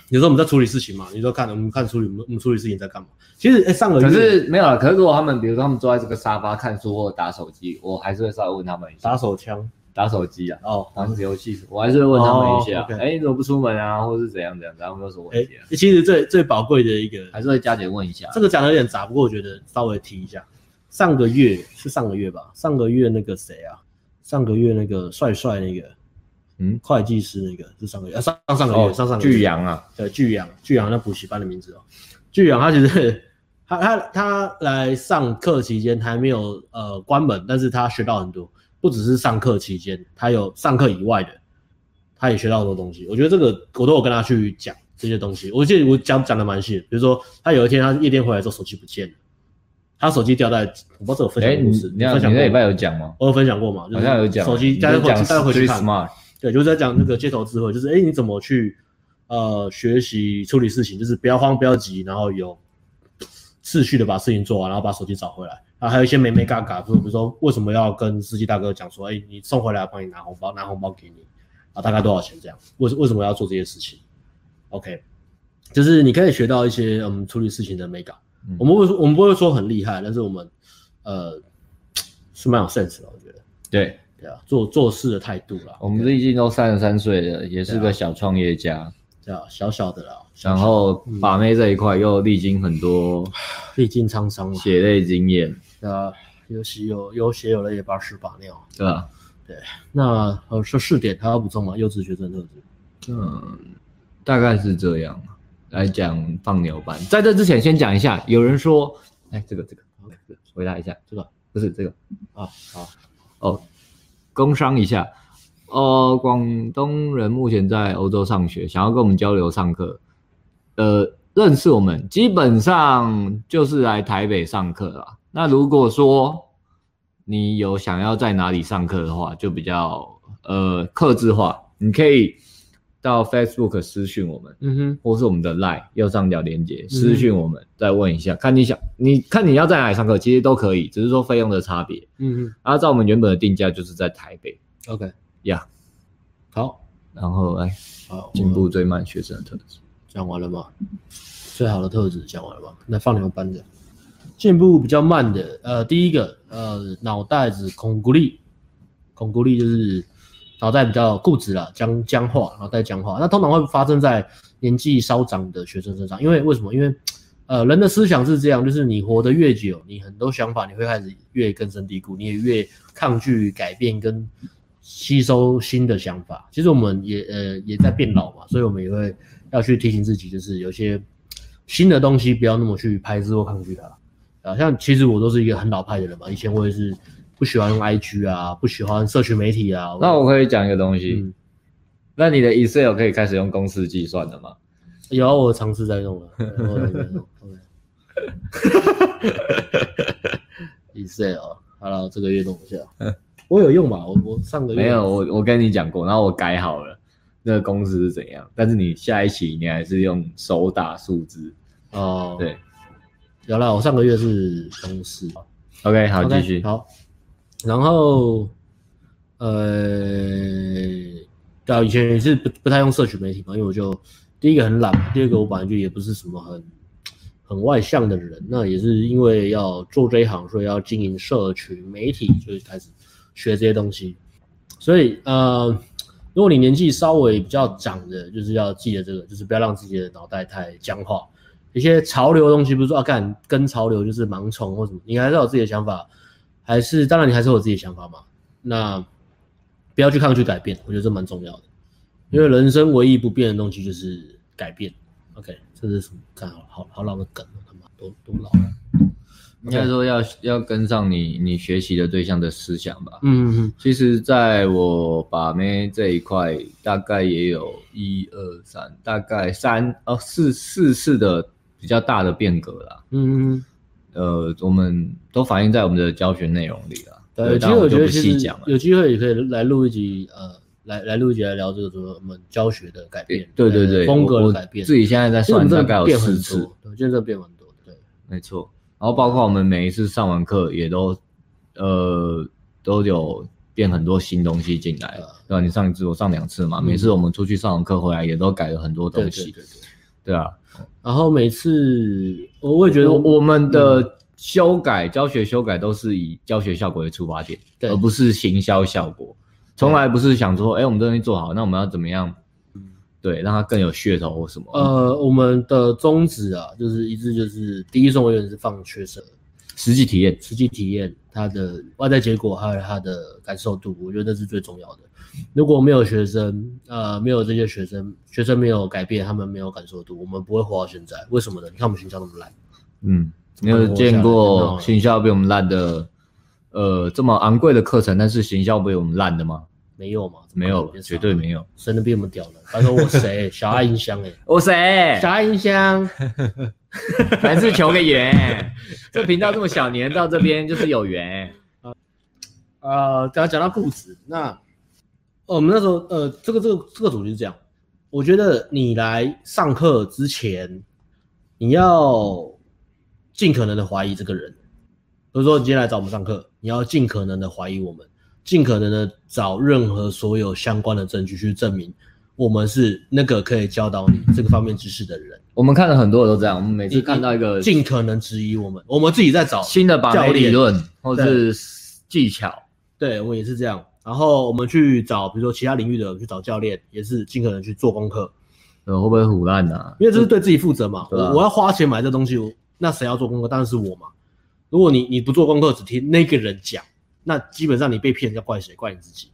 S1: 有时候我们在处理事情嘛，你说看我们看处理我们我们处理事情在干嘛？其实哎、上个月
S2: 可是没有了。可是如果他们，比如说他们坐在这个沙发看书或者打手机，我还是会稍微问他们一下。
S1: 打手枪
S2: 打手机啊，
S1: 哦，
S2: 打游戏，我还是会问他们一下
S1: 哦，，OK
S2: 哎、你怎么不出门啊，或是怎样怎样，然后有什么
S1: 哎、
S2: 问题啊？
S1: 其实最最宝贵的一个
S2: 还是会加点问一下。
S1: 这个讲的有点杂，不过我觉得稍微提一下。上个月是上个月吧？上个月那个谁啊？上个月那个帅帅那个，
S2: 嗯
S1: 会计师那个是上个月，啊、上上上个月、上上个月。
S2: 巨阳啊，
S1: 对，呃巨阳，巨阳那补习班的名字哦。巨阳他其实他他他来上课期间还没有呃关门，但是他学到很多，不只是上课期间，他有上课以外的，他也学到很多东西。我觉得这个我都有跟他去讲这些东西，我记得我讲讲的蛮细的，比如说他有一天他夜店回来之后手机不见了，他手机掉在，我不知道这有分
S2: 哎、
S1: 享
S2: 你
S1: 故事，
S2: 你那
S1: 分
S2: 你
S1: 享
S2: 那礼
S1: 过
S2: 拜
S1: 吗？
S2: 有讲吗？
S1: 我有分享过嘛，就
S2: 好
S1: 是
S2: 像有讲，
S1: 手机，
S2: 你
S1: 待
S2: 在
S1: 会
S2: 讲
S1: 待回去
S2: Street
S1: 看。
S2: Smart，
S1: 对，就是在讲那个街头智慧，就是哎、诶你怎么去呃学习处理事情，就是不要慌，不要急，然后有次序的把事情做完，然后把手机找回来。然后还有一些没没嘎嘎，比如比如说为什么要跟司机大哥讲说，哎、你送回来，我帮你拿红包，拿红包给你啊，大概多少钱这样？为为什么要做这些事情？OK，就是你可以学到一些嗯处理事情的美感。
S2: 嗯
S1: 我们不会说我们不会说很厉害，但是我们呃是蛮有 sense 的，我觉得
S2: 对
S1: 对啊，做做事的态度啦。
S2: 我们最近都三十三岁了，也是
S1: 啊对啊
S2: 个小创业家，
S1: 对啊，小小的啦，小嗯
S2: 然后把妹这一块又历经很多
S1: 历尽沧桑嘛，
S2: 血泪经验，
S1: 对啊，有喜有有血有泪也把屎把尿。
S2: 对吧？
S1: 那呃，说试点还要补充吗？优质学生特质，
S2: 嗯，大概是这样。来讲放牛班，在这之前先讲一下，有人说，哎，这个这个，这个回答一下，
S1: 这个
S2: 不是这个
S1: 啊，好，
S2: 哦，工商一下，哦，广东人目前在欧洲上学，想要跟我们交流上课，呃，认识我们，基本上就是来台北上课啦。那如果说你有想要在哪里上课的话，就比较呃克制化，你可以到 Facebook 私讯我们。
S1: 嗯哼，
S2: 或是我们的 Line 右上角连接私讯我们，再问一下，看你想你看你要在哪里上课，其实都可以，只是说费用的差别。
S1: 嗯
S2: 按啊照我们原本的定价就是在台北
S1: 哼，OK，
S2: 呀
S1: 好，
S2: 然后哎，
S1: 好，
S2: 进
S1: 我
S2: 步
S1: 们
S2: 最慢学生的特质。
S1: 讲完了吗？最好的特质讲完了吗？那放牛班的，进步比较慢的，呃，第一个，呃，脑袋子孔古力，孔古力就是脑袋比较固执啦，僵僵化，脑袋僵化。那通常会发生在年纪稍长的学生身上，因为为什么？因为呃，人的思想是这样，就是你活得越久，你很多想法你会开始越根深蒂固，你也越抗拒改变跟吸收新的想法。其实我们也呃也在变老嘛，所以我们也会要去提醒自己，就是有些新的东西不要那么去排斥或抗拒它。啊，像其实我都是一个很老派的人嘛，以前我也是不喜欢用 IG 啊，不喜欢社群媒体啊。
S2: 那我可以讲一个东西，
S1: 嗯
S2: 那你的 Excel 可以开始用公式计算了吗？
S1: 有啊，我尝试在弄了，我有在弄。Excel，好了，这个月弄一下。我有用吧？我我上个月
S2: 嗯没有，我我跟你讲过，然后我改好了。那个公式是怎样？但是你下一期你还是用手打数字，
S1: 哦，
S2: 对，
S1: 有啦，我上个月是公司。
S2: ，OK，好，
S1: OK，
S2: 继续。
S1: 好，然后呃，对啊，以前也是不不太用社群媒体嘛，因为我就第一个很懒嘛，第二个我本来就也不是什么很很外向的人，那也是因为要做这一行，所以要经营社群媒体，就是开始学这些东西。所以呃，如果你年纪稍微比较长的，就是要记得这个，就是不要让自己的脑袋太僵化。一些潮流的东西，不是说啊，干跟潮流就是盲从或什么，你还是要有自己的想法，还是当然你还是有自己的想法嘛。那不要去抗拒改变，我觉得这蛮重要的，因为人生唯一不变的东西就是改变。OK，这是什么？看好好好老的梗哦，他妈都都老了。
S2: 应该说要要跟上你你学习的对象的思想吧。
S1: 嗯嗯
S2: 其实，在我把妹这一块，大概也有一二三，大概三哦四四次的比较大的变革啦。
S1: 嗯嗯，
S2: 呃，我们都反映在我们的教学内容里了。
S1: 对，有机
S2: 但
S1: 会
S2: 我
S1: 我觉
S2: 就不
S1: 得其
S2: 细
S1: 实
S2: 讲了。
S1: 有机会也可以来录一集，呃，来来录一集来聊这个什么我们教学的改变，
S2: 对对对，
S1: 风格
S2: 我
S1: 的
S2: 我
S1: 改变，
S2: 自己现在在
S1: 其实我
S2: 算，
S1: 们
S2: 大
S1: 真
S2: 概
S1: 的
S2: 有
S1: 变
S2: 四
S1: 很
S2: 次，
S1: 多，对，真的变很多，对，
S2: 没错。然后包括我们每一次上完课，也都呃都有变很多新东西进来了，
S1: 呃
S2: 对吧、啊你上一次我上两次嘛，
S1: 嗯
S2: 每次我们出去上完课回来也都改了很多
S1: 对
S2: 东西，
S1: 对对对。
S2: 对啊，
S1: 然后每次我我也觉得
S2: 我
S1: 我嗯
S2: 我们的修改、教学修改都是以教学效果为出发点，
S1: 对
S2: 而不是行销效果，从来不是想说，哎、我们这东西做好，那我们要怎么样？对，让它更有噱头或什么。
S1: 嗯呃我们的宗旨啊，就是一致就是第一种永远是放缺省，
S2: 实际体验，
S1: 实际体验它的外在结果还有它的感受度，我觉得那是最重要的。如果没有学生，呃，没有这些学生，学生没有改变，他们没有感受度，我们不会活到现在。为什么呢？你看我们学校那么烂，
S2: 嗯，
S1: 怎
S2: 没
S1: 么
S2: 有
S1: 活下
S2: 见
S1: 来
S2: 过
S1: 那
S2: 行销比我们烂的，呃，这么昂贵的课程，但是行销比我们烂的吗？
S1: 没有嘛？怎么
S2: 没
S1: 可能
S2: 有，
S1: 变少
S2: 绝对没有。
S1: 谁能比我们屌呢？反正我谁， 小爱音箱哎、
S2: 我谁
S1: 小爱音箱，
S2: 凡事求个缘。这频道这么小，你能到这边就是有缘。
S1: 呃，讲讲到固执，那呃我们那时候呃，这个这个这个主题是这样，我觉得你来上课之前，你要尽可能的怀疑这个人，比如说你今天来找我们上课，你要尽可能的怀疑我们，尽可能的找任何所有相关的证据去证明我们是那个可以教导你这个方面知识的人，
S2: 我们看了很多都这样，我们每次看到一个
S1: 尽可能质疑我们，我们自己在找
S2: 新的把
S1: 教
S2: 妹
S1: 练
S2: 理论或是技巧，
S1: 对我也是这样。然后我们去找，比如说其他领域的去找教练，也是尽可能去做功课，
S2: 呃，会不会胡乱呢？
S1: 因为这是对自己负责嘛。
S2: 对啊
S1: 我我要花钱买这东西，我那谁要做功课？当然是我嘛。如果你你不做功课，只听那个人讲，那基本上你被骗要怪谁？怪你自己。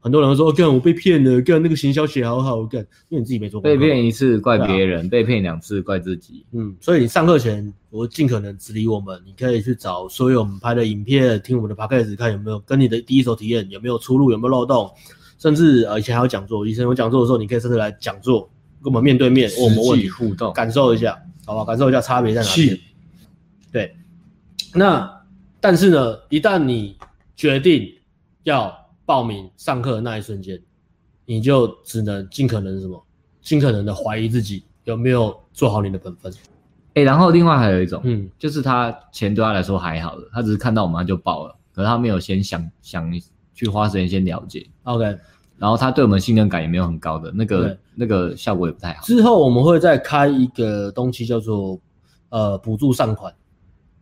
S1: 很多人会说，哦干、我被骗了，干那个行销写好好，干，因为你自己没做功
S2: 被
S1: 课。
S2: 骗一次怪
S1: 对啊
S2: 别人，被骗两次怪自己。
S1: 嗯，所以你上课前，我尽可能指理我们。你可以去找所有我们拍的影片，听我们的 podcast，看有没有跟你的第一手体验有没有出入，有没有漏洞。甚至呃，以前还有讲座，以前有讲座的时候，你可以甚至来讲座，跟我们面对面问我们问
S2: 实际
S1: 题，
S2: 互动
S1: 感受一下，好吧？感受一下差别在哪
S2: 是
S1: 里。对，那但是呢，一旦你决定要报名上课的那一瞬间，你就只能尽可能什么，尽可能的怀疑自己有没有做好你的本分。
S2: 哎，然后另外还有一种，
S1: 嗯，
S2: 就是他钱对他来说还好的，他只是看到我们他就报了，可是他没有先想想去花时间先了解，
S1: OK，
S2: 然后他对我们信任感也没有很高的，那个
S1: 对
S2: 那个效果也不太好。
S1: 之后我们会再开一个东西叫做呃补助善款。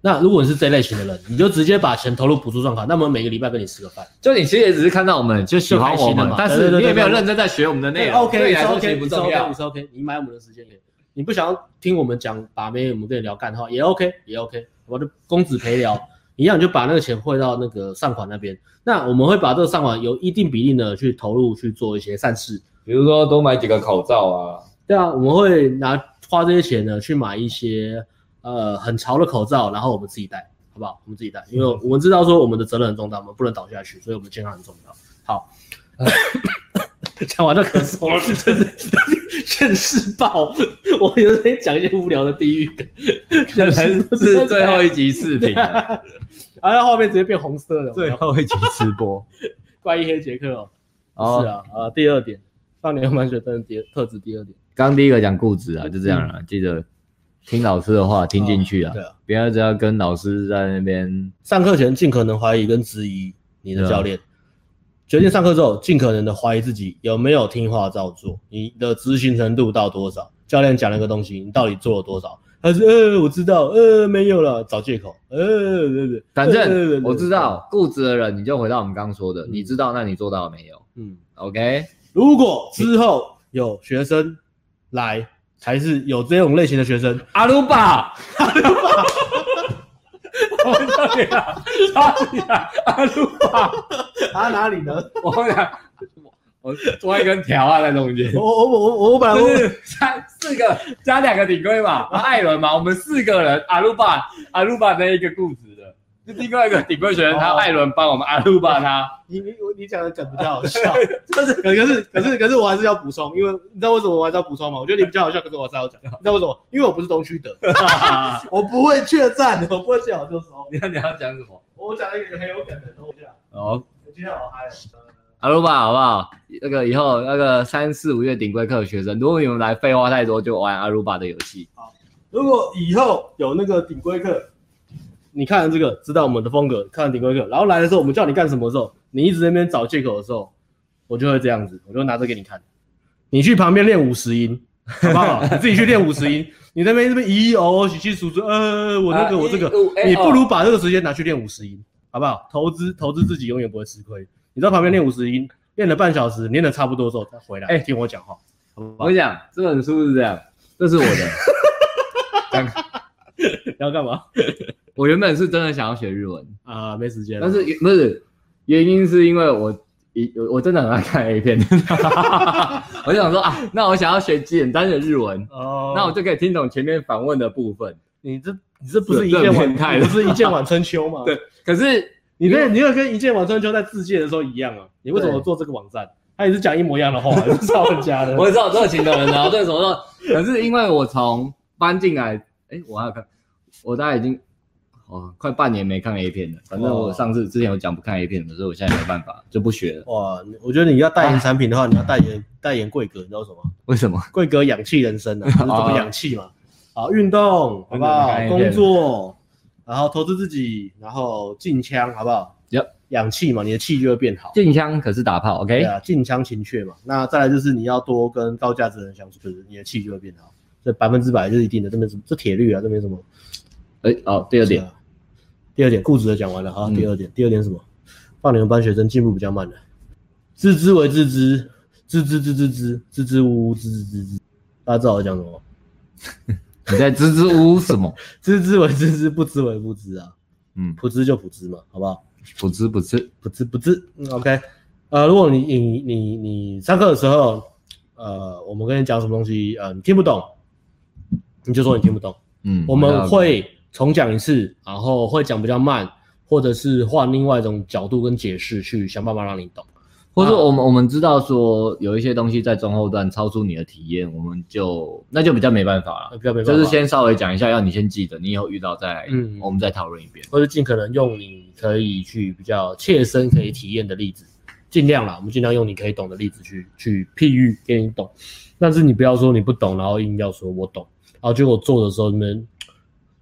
S1: 那如果你是这类型的人，你就直接把钱投入补助善款，那么每个礼拜跟你吃个饭。
S2: 就你其实也只是看到我们就喜欢我
S1: 就开心了
S2: 们
S1: 嘛，
S2: 但
S1: 对
S2: 是
S1: 对对
S2: 你也没有
S1: 对对
S2: 认真在学我们的内
S1: 对
S2: 容对你
S1: OK，
S2: 来说其实
S1: OK，
S2: 不重要
S1: 你。是 OK，你买我们的时间也，你不想要听我们讲把妹，我们跟你聊干话也 OK，也 OK，我的公子陪聊一样，你就把那个钱汇到那个善款那边。那我们会把这个善款有一定比例的去投入去做一些善事，
S2: 比如说多买几个口罩 啊，
S1: 对啊，我们会拿花这些钱呢去买一些呃很潮的口罩，然后我们自己戴，好不好？我们自己戴，因为我们知道说我们的责任很重大，我们不能倒下去，所以我们健康很重要。好， 讲完就咳嗽了，真是现世报。我有时候讲一些无聊的地狱梗，
S2: 这才 是是最后一集视频了，啊
S1: 然后后哎面直接变红色了，
S2: 最
S1: 有没有
S2: 后一集吃播。
S1: 怪异黑杰克哦。
S2: 哦
S1: 是啊，啊，第二点，少年满血的第二特质第二点，
S2: 刚第一个讲固执啊，就这样了，记得听老师的话，听进去啊
S1: 嗯对，啊。
S2: 不要只要跟老师在那边
S1: 上课前尽可能怀疑跟质疑你的教练，
S2: 啊
S1: 决定上课之后尽可能的怀疑自己有没有听话照做，你的执行程度到多少？教练讲了一个东西，你到底做了多少？他是呃我知道，呃没有了，找借口，呃对对，
S2: 反
S1: 呃对对
S2: 正
S1: 对
S2: 我知道固执的人，你就回到我们刚刚说的，你知道那你做到了没有
S1: 嗯，
S2: ？OK，
S1: 如果之后有学生来，才是有这种类型的学生，
S2: 阿鲁巴，阿鲁巴，
S1: 他哪里 呢？
S2: 我俩我抓一根条啊在中间
S1: 我，我我我我本来
S2: 就是三四个加两个顶规嘛，啊艾伦嘛，我们四个人，阿鲁巴阿鲁巴那一个固执的，就另外一个顶规学生，他
S1: 哦
S2: 艾伦帮我们阿鲁巴他，
S1: 你你我你讲的梗比较好笑， 就是可可是可是可是我还是要补充，因为你知道为什么我还是要补充吗？我觉得你比较好笑，可是我还是要讲，你知道为什么？因为我不是东区的，我不会怯战，我不会见好就收。
S2: 你要你要讲什么？
S1: 我讲一个很有梗的东西啊，
S2: 哦，
S1: 我今天好嗨哦。
S2: 阿鲁巴好不好？那个以后那个三四五月顶规课的学生，如果你们来废话太多，就玩阿鲁巴的游戏。
S1: 如果以后有那个顶规课，你看了这个知道我们的风格，看了顶规课，然后来的时候我们叫你干什么的时候，你一直在那边找借口的时候，我就会这样子，我就拿这给你看，你去旁边练五十音，好不好？你自己去练五十音，你在那边这边咦哦许七数数，呃我那个、
S2: 啊
S1: 我这个
S2: 一五，哎
S1: 你不
S2: 哦
S1: 如把这个时间拿去练五十音，好不好？投资投资自己永远不会吃亏。你在旁边练五十音，练了半小时，练的差不多的时候再回来，哎、
S2: 哎
S1: 听我讲话，好不
S2: 我
S1: 好
S2: 跟？你讲，这本书是这样，这是我的。 刚
S1: 你要干嘛？
S2: 我原本是真的想要学日文，
S1: 啊、没时间了。
S2: 但是不是原因是因为我一我我真的很爱看 A 片， 我就想说啊，那我想要学简单的日文，
S1: 哦，
S2: 那我就可以听懂前面反问的部分。
S1: 你这你这不是一
S2: 这
S1: 剑
S2: 很
S1: 晚
S2: 变态
S1: 你不是一剑晚春秋吗？
S2: 对，可是
S1: 你那你有跟一剑晚春秋在自介的时候一样啊？你为什么
S2: 对
S1: 做这个网站？他也是讲一模一样的话，也是抄人家的。
S2: 我知道热情的人然后对什么 说，可是因为我从搬进来，哎、我还有看，我大概已经哦快半年没看 A 片了。反正我上次之前有讲不看 A 片的，所以我现在没办法就不学了。
S1: 哇，你我觉得你要代言产品的话，你要代言代言贵格，你知道什么？
S2: 为什么？
S1: 贵格氧气人生啊，就是怎么氧气嘛？好，运动好不好？
S2: 运动
S1: 工作，然后投资自己，然后进枪好不好
S2: Yep
S1: 氧气嘛，你的气就会变好。
S2: 进香可是打炮，OK？
S1: 对啊，近腔情怯嘛。那再来就是你要多跟高价值的人相处，就是你的气就会变好，这百分之百就是一定的，这没什么，这铁律啊，这没什么。
S2: 哎、哦，第二点
S1: 是，啊。第二点，固执的讲完了，好，
S2: 嗯
S1: 第二点，第二点是什么？放你们班学生进步比较慢的，知之为知之，知之知之知，支支吾吾，知知知知，大家知道我在讲什么吗？
S2: 你在支支吾吾什么？
S1: 知之为知之，不知为不知啊，
S2: 嗯，
S1: 不知就不知嘛，好不好？
S2: 不知不知，
S1: 不知不知、嗯、，OK。呃，如果你你你你上课的时候，呃，我们跟你讲什么东西，呃，你听不懂，你就说你听不懂。
S2: 嗯，
S1: 我们会重讲一次，然后会讲比较慢，或者是换另外一种角度跟解释去想办法让你懂。
S2: 或者我们我们知道说有一些东西在中后段超出你的体验，我们就那就比较没办法
S1: 呃
S2: 了。
S1: 不要没办法
S2: 就是，先稍微讲一下，要你先记得，你以后遇到再，
S1: 嗯
S2: 我们再讨论一遍。
S1: 或是尽可能用你可以去比较切身可以体验的例子，尽量啦，我们尽量用你可以懂的例子去去譬喻给你懂。但是你不要说你不懂，然后硬要说我懂，然后结果做的时候你们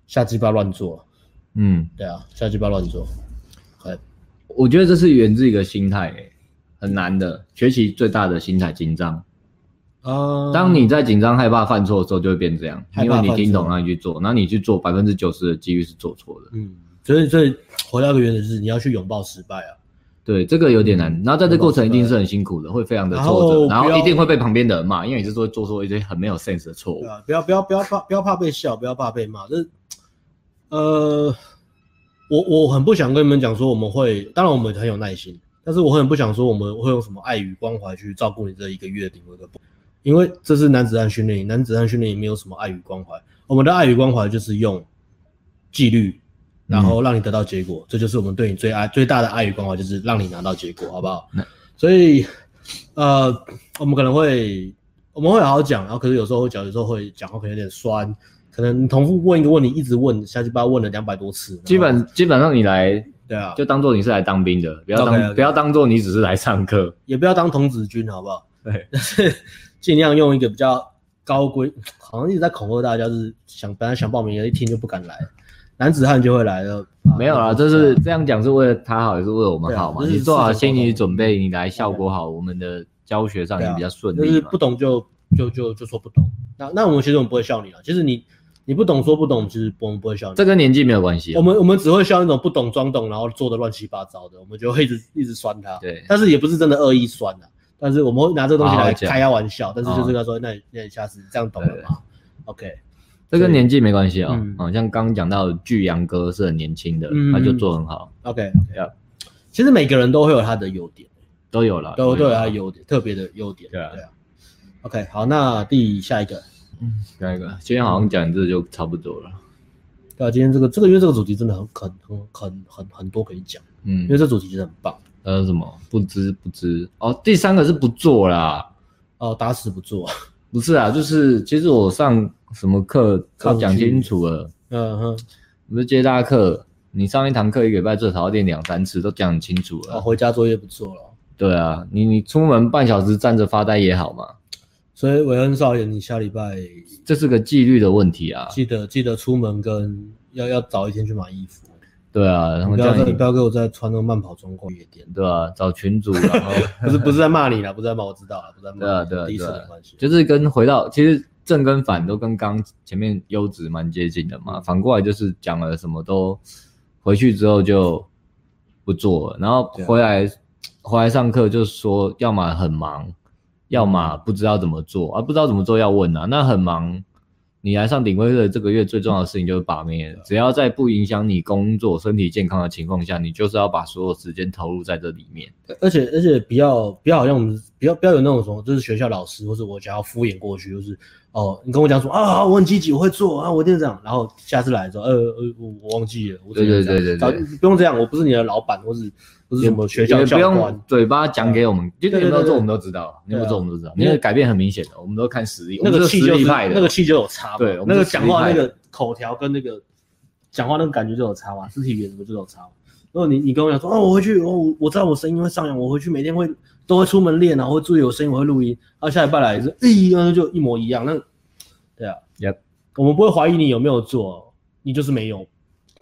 S1: 瞎鸡巴乱做，
S2: 嗯，
S1: 对啊，瞎鸡巴乱做。哎，
S2: 我觉得这是源自一个心态、欸，很难的。学习最大的心态紧张，
S1: 啊
S2: 当你在紧张、害怕犯错的时候，就会变这样，
S1: 害怕
S2: 因为你
S1: 犯错
S2: 听懂，让你去做，那你去做，百分之九十的几率是做错的。
S1: 嗯，所以所以回到一个原则是你要去拥抱失败啊。
S2: 对，这个有点难。然后在这过程一定
S1: 对
S2: 是很辛苦的，会非常的
S1: 然后
S2: 挫折，
S1: 嗯哦不
S2: 然
S1: 要
S2: 后一定会被旁边的人骂，因为你是做做错一些很没有 sense 的错误
S1: 对。啊，不要不要不要怕不要怕被笑，不要怕被骂。这呃，我我很不想跟你们讲说我们会，当然我们很有耐心，但是我很不想说我们会用什么爱与关怀去照顾你这一个月的顶规课，因为这是男子汉训练营，男子汉训练营没有什么爱与关怀，我们的爱与关怀就是用纪律。然
S2: 嗯
S1: 后让你得到结果，这就是我们对你最爱最大的爱与关怀，就是让你拿到结果，好不好
S2: 那？
S1: 所以，呃，我们可能会我们会好好讲，然后可是有时候会讲，有时候会讲话可能有点酸，可能你重复问一个问题，一直问下去，把问了两百多次，然后
S2: 基本基本上你来
S1: 对啊，
S2: 就当做你是来当兵的，不要当
S1: OK，OK
S2: 不要当做你只是来上课。
S1: 也不要当童子军，好不好？
S2: 对，
S1: 但是尽量用一个比较高规，好像一直在恐吓大家，就是想本来想报名的，一听就不敢来，男子汉就会来了，啊
S2: 没有啦，这是这样讲是为了他好，也是为了我们好嘛。
S1: 对啊这是
S2: 你做好
S1: 四种
S2: 心
S1: 沟
S2: 理
S1: 通
S2: 准备，你来效果好，我们的教学上也比较顺
S1: 啊就
S2: 利
S1: 是
S2: 嘛
S1: 不。懂就就就就说不懂，那那我们其实我们不会笑你了，其实你你不懂说不懂，其实我们不会笑你，
S2: 这跟年纪没有关系
S1: 我
S2: 啊。
S1: 们我们只会笑那种不懂装懂，然后做的乱七八糟的，我们就会一直一直酸他。
S2: 对
S1: 但是也不是真的恶意酸的、啊但是我们会拿这个东西
S2: 好好
S1: 来
S2: 讲
S1: 开他玩笑，但是就是
S2: 嗯
S1: 跟他说，那你那你下次这样懂了
S2: 对
S1: 吗？OK，
S2: 这跟年纪没关系哦
S1: 嗯。
S2: 好像刚刚讲到巨阳哥是很年轻的
S1: 嗯，
S2: 他就做很好，
S1: OK，
S2: Yeah
S1: 其实每个人都会有他的优点，
S2: 都有了。
S1: 都都啊有他
S2: 啦
S1: 的。优点，特别的优点。
S2: 对啊
S1: OK，好，那第下一个，
S2: 下一个，今天好像讲这就差不多了。
S1: 对啊，今天这个这个因为这个主题真的很很很很很很多可以讲，
S2: 嗯
S1: 因为，这主题真的很棒
S2: 还有什么？不知不知。哦，第三个是不做啦。
S1: 哦，打死不做，
S2: 不是啊，就是其实我上什么课都讲清楚了。
S1: 嗯哼，
S2: 我们接大课，你上一堂课一个礼拜最少要练两三次，都讲很清楚了。
S1: 哦，回家作业不做了。
S2: 对啊，你你出门半小时站着发呆也好嘛，
S1: 所以韦恩少爷，你下礼拜
S2: 这是个纪律的问题啊。
S1: 记得记得出门跟要要早一天去买衣服。
S2: 对啊，然后
S1: 不
S2: 这
S1: 要
S2: 样
S1: 再
S2: 也
S1: 不要给我再穿那个慢跑装逛夜 店，
S2: 对啊，找群主，然后
S1: 不是不是在骂你了，不是在骂我知道了，不是在骂你。
S2: 对啊对啊
S1: 第一次
S2: 对啊
S1: 没关系。
S2: 就是跟回到其实正跟反都跟刚前面优质蛮接近的
S1: 嗯
S2: 嘛，反过来就是讲了什么都回去之后就不做了，然后
S1: 对啊
S2: 回来、回来上课就说要么很忙，要么不知道怎么做啊，不知道怎么做要问啊，那很忙。你来上顶规的这个月最重要的事情就是把妹
S1: 啊
S2: 了，只要在不影响你工作、身体健康的情况下，你就是要把所有时间投入在这里面。
S1: 而且而且不要不要好像我们不要不要有那种什么，就是学校老师或者我想要敷衍过去，就是哦，你跟我讲说啊，好我很积极，我会做啊，我一定这样。然后下次来的时候，呃呃，我我忘记了，我怎样
S2: 对对
S1: 怎样
S2: 对对
S1: 早就不用这样，我不是你的老板，或是不是什么学校
S2: 也不
S1: 教
S2: 用
S1: 官，
S2: 嘴巴讲给我们，就
S1: 对
S2: 你有没
S1: 对对
S2: 有
S1: 啊
S2: 做我们都知道，你有没有做我们都知道，你那个改变很明显的，我们都看实力，
S1: 那
S2: 我
S1: 个
S2: 们是
S1: 气
S2: 实
S1: 就
S2: 力
S1: 是
S2: 派的，
S1: 那个气就有差嘛，
S2: 对我们
S1: 那个
S2: 是实力
S1: 讲话
S2: 派
S1: 那
S2: 的
S1: 个口条跟那个讲话那个感觉就有差嘛，肢体语言什么就有差嘛。如果你你跟我讲说，哦，我回去，我、我我知道我声音会上扬，我回去每天会都会出门练，然后会注意我声音，我会录音，然后下礼拜来也是，咦、那就一模一样。那对啊
S2: Yep
S1: 我们不会怀疑你有没有做，你就是没有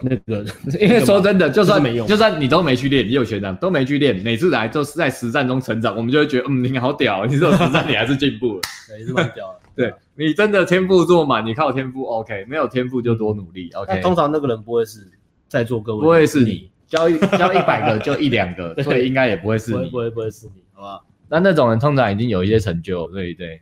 S1: 那 个
S2: 因为说真的，就算
S1: 就是没用
S2: 就算你都没去练，你有学长都没去练，每次来都是在实战中成长，我们就会觉得，嗯，你好屌，你这种实战你还是进步了。
S1: 对也是蛮屌的。
S2: 对
S1: 啊
S2: 你真的天赋做满，你靠天赋 OK，没有天赋就多努力
S1: 嗯那
S2: OK。
S1: 通常那嗯个人不会是在座各位，
S2: 不会是你，教一教一百个就一两个， 所以应该也不会是
S1: 不会
S2: 你
S1: 不。会不会是你，好吧？
S2: 那那种人通常已经有一些成就，对对。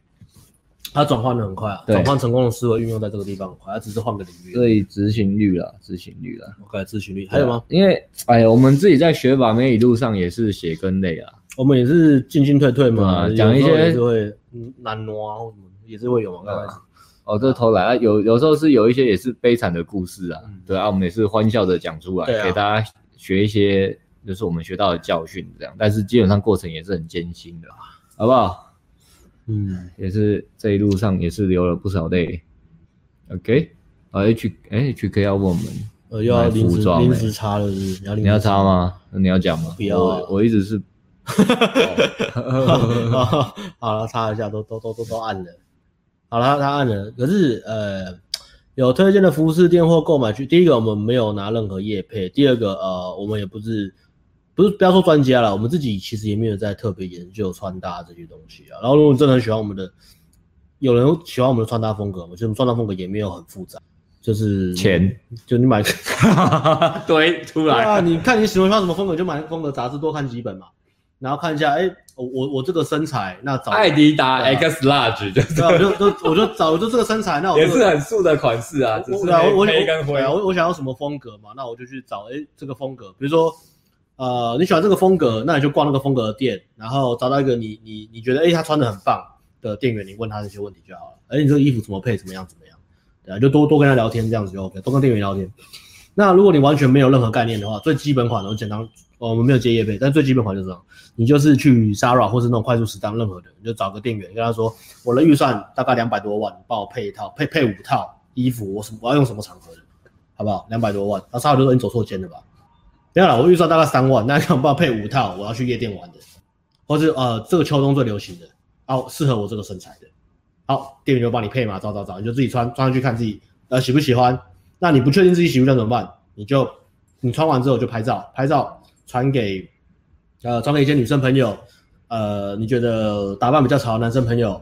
S1: 他转换的很快啊，
S2: 对
S1: 转换成功的思维运用在这个地方很快，他只是换个领域。
S2: 所以执行率啦，执行率啦。
S1: 我改咨询
S2: 啊
S1: 率还有吗？？
S2: 因为哎呀，我们自己在学把妹一路上也是血跟泪啊。
S1: 我们也是进进退退嘛，
S2: 对啊讲一些
S1: 有时候也是会嗯难挪啊，或什么也是会有嘛。
S2: 对啊
S1: 刚开始
S2: 哦，这偷懒啊，有有时候是有一些也是悲惨的故事啊，
S1: 嗯
S2: 对啊，我们也是欢笑的讲出来，
S1: 对啊
S2: 给大家学一些就是我们学到的教训这样，但是基本上过程也是很艰辛的，好不好？
S1: 嗯，
S2: 也是这一路上也是流了不少泪，OK，啊 H 哎 HK 要问我们，
S1: 呃，又要临
S2: 买服
S1: 时
S2: 装
S1: 临
S2: 欸
S1: 时插了，是不是你要临
S2: 你
S1: 时
S2: 要插？吗？那你要讲吗？
S1: 不要啊
S2: 我我一直是，
S1: 好了，插一下，都都都都都按了。好了，他按了。可是呃，有推荐的服饰店或购买区，第一个我们没有拿任何业配，第二个呃，我们也不是不是不要说专家了，我们自己其实也没有在特别研究穿搭这些东西啊。然后如果你真的很喜欢我们的，有人喜欢我们的穿搭风格嘛？就是我们穿搭风格也没有很复杂，就是
S2: 钱，
S1: 就你买
S2: 对，突
S1: 对
S2: 然。
S1: 啊，你看你喜欢穿什么风格，就买那个风格杂志多看几本嘛，然后看一下，哎、我我我这个身材，那找
S2: 艾迪达 X Large 就是
S1: 对啊，我就就我就找我就这个身材，那我
S2: 也
S1: 就是
S2: 很素的款式啊，只
S1: 我
S2: 是
S1: 我对啊我我
S2: 黑跟灰
S1: 对。啊我我想要什么风格嘛，那我就去找哎、这个风格，比如说呃你喜欢这个风格，那你就逛那个风格的店，然后找到一个你你你觉得哎、他穿的很棒的店员，你问他这些问题就好了。哎、你这个衣服怎么配，怎么样怎么样，对啊，就多多跟他聊天这样子就 OK，多跟店员聊天。那如果你完全没有任何概念的话，最基本款的我简单，哦我们没有接业配，但最基本款就是这样，你就是去 Zara 或是那种快速时尚任何的，你就找个店员跟他说，我的预算大概两百多万，你帮我配一套，配配五套衣服，我什么我要用什么场合的，好不好？两百多万，那 Zara 就说你走错间了吧？没有了，我预算大概三万，那你帮我配五套，我要去夜店玩的，或是呃这个秋冬最流行的，哦适合我这个身材的，好，店员就帮你配嘛，找找找，你就自己穿穿上去看自己呃喜不喜欢，那你不确定自己喜不喜欢怎么办？你就你穿完之后就拍照，拍照传给呃传给一些女生朋友，呃，你觉得打扮比较潮的男生朋友，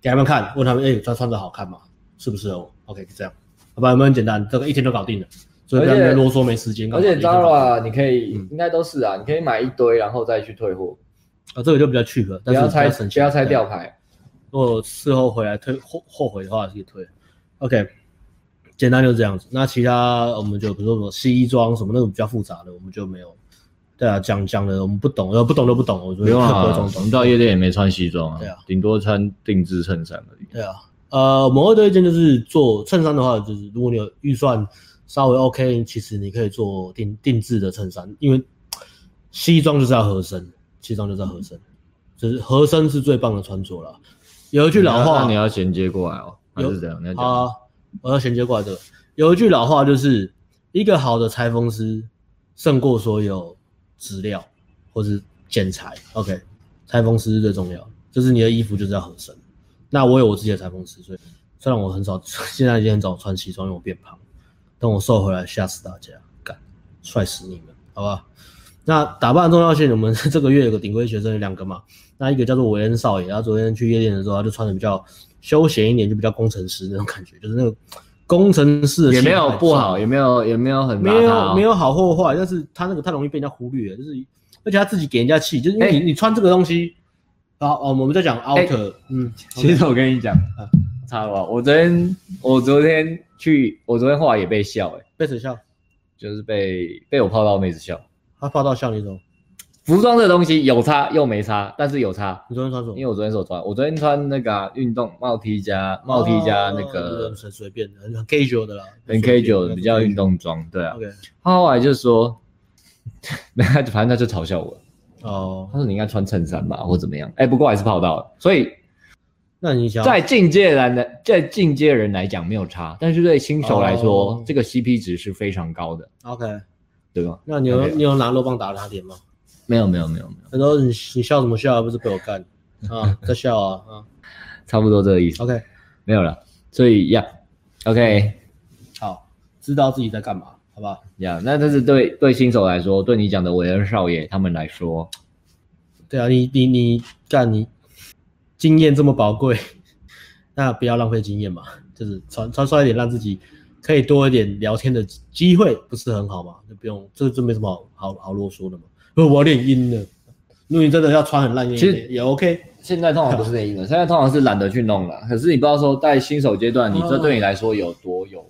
S1: 给他们看，问他们，哎、穿穿着好看吗？适不适合我？OK，就这样，好吧，有没有很简单？这个一天就搞定了，所以不要
S2: 而且
S1: 在那边啰嗦没时间。
S2: 而且 Zara 啊你可以
S1: 嗯
S2: 应该都是啊，你可以买一堆，然后再去退货，
S1: 啊，这个就比较 cheap，了
S2: 不
S1: 但是
S2: 要拆
S1: 比较省
S2: 不
S1: 钱
S2: 要拆吊。牌。
S1: 如果事后回来退后后悔的话，可以退。OK，简单就是这样子。那其他我们就比如说什么西装什么那种比较复杂的，我们就没有。对啊，讲讲的我们不懂，呃，不懂就不懂，我觉得
S2: 不用
S1: 不会
S2: 啊，
S1: 装
S2: 我
S1: 懂
S2: 们到夜店也没穿西装
S1: 对啊
S2: 啊，顶多穿定制衬衫而已。
S1: 对啊，呃，我们会推荐就是做衬衫的话，就是如果你有预算稍微 OK，其实你可以做定定制的衬衫，因为西装就是要合身，西装就是要合身，就是合身是最棒的穿着了。有一句老
S2: 那
S1: 话
S2: 你要衔接过来哦，还是怎样？你要讲
S1: 啊，我要衔接过来这个，有一句老话就是一个好的裁缝师胜过所有资料或是剪裁。OK，裁缝师是最重要，就是你的衣服就是要合身。那我有我自己的裁缝师，所以虽然我 很少，现在已经很少穿西装，因为我变胖，但我瘦回来吓死大家，干帅死你们，好不好？那打扮的重要性，我们这个月有个顶规学生有两个嘛，那一个叫做韦恩少爷，他昨天去夜店的时候，他就穿的比较休闲一点，就比较工程师那种感觉，就是那个工程师的
S2: 也没
S1: 气
S2: 有
S1: 派
S2: 不好，也没有也没有很
S1: 没
S2: 邋遢哦
S1: 有没有好或坏，但是他那个太容易被人家忽略了，就是而且他自己给人家气，就是因为你、
S2: 哎
S1: 你穿这个东西，然后哦我们在讲 outer，、嗯，
S2: 其实我跟你讲，差不多。我昨天我昨天去，我昨天后来也被笑、欸，
S1: 被谁笑？
S2: 就是被被我泡到妹子笑。
S1: 他泡到笑你什么？
S2: 服装这东西有差又没差，但是有差，
S1: 你昨天穿什么
S2: 因？为我昨天手穿，我昨天穿那个啊运、动帽 T 加帽 T 加那
S1: 哦
S2: 个
S1: 很随便的，很很 casual 的啦，
S2: 很 K 九比较运。动装，对啊。
S1: OK，
S2: 他后来就说，那他反正他就嘲笑我，
S1: 哦
S2: 他，说你应该穿衬衫吧，或怎么样。哎、不过还是泡到了，所以
S1: 那你想
S2: 在进阶人的在进阶人来讲没有差，但是对新手来说，
S1: 哦
S2: 这个 CP 值是非常高的，
S1: OK？
S2: 对吧？
S1: 那你有
S2: OK
S1: 你有拿肉棒打他脸吗？
S2: 没有没有没有没有，
S1: 他说你你笑什么笑啊？不是被我干啊？在笑啊？啊
S2: 差不多这个意思，
S1: ，OK，
S2: 没有了。所以呀、o k
S1: 好，知道自己在干嘛，好吧？
S2: 呀、那这是对对新手来说，对你讲的韦恩少爷他们来说，
S1: 对啊，你你你干你经验这么宝贵， 那不要浪费经验嘛，就是穿穿帅一点，让自己可以多一点聊天的机会，不是很好吗？就不用这这没什么好好好啰嗦的嘛。不，我有点阴了。如果你真的要穿很烂，也
S2: 其实
S1: 也 OK。
S2: 现在通常不是内衣 了，现在通常是懒得去弄了。可是你不知道说，在新手阶段，你这对你来说有多有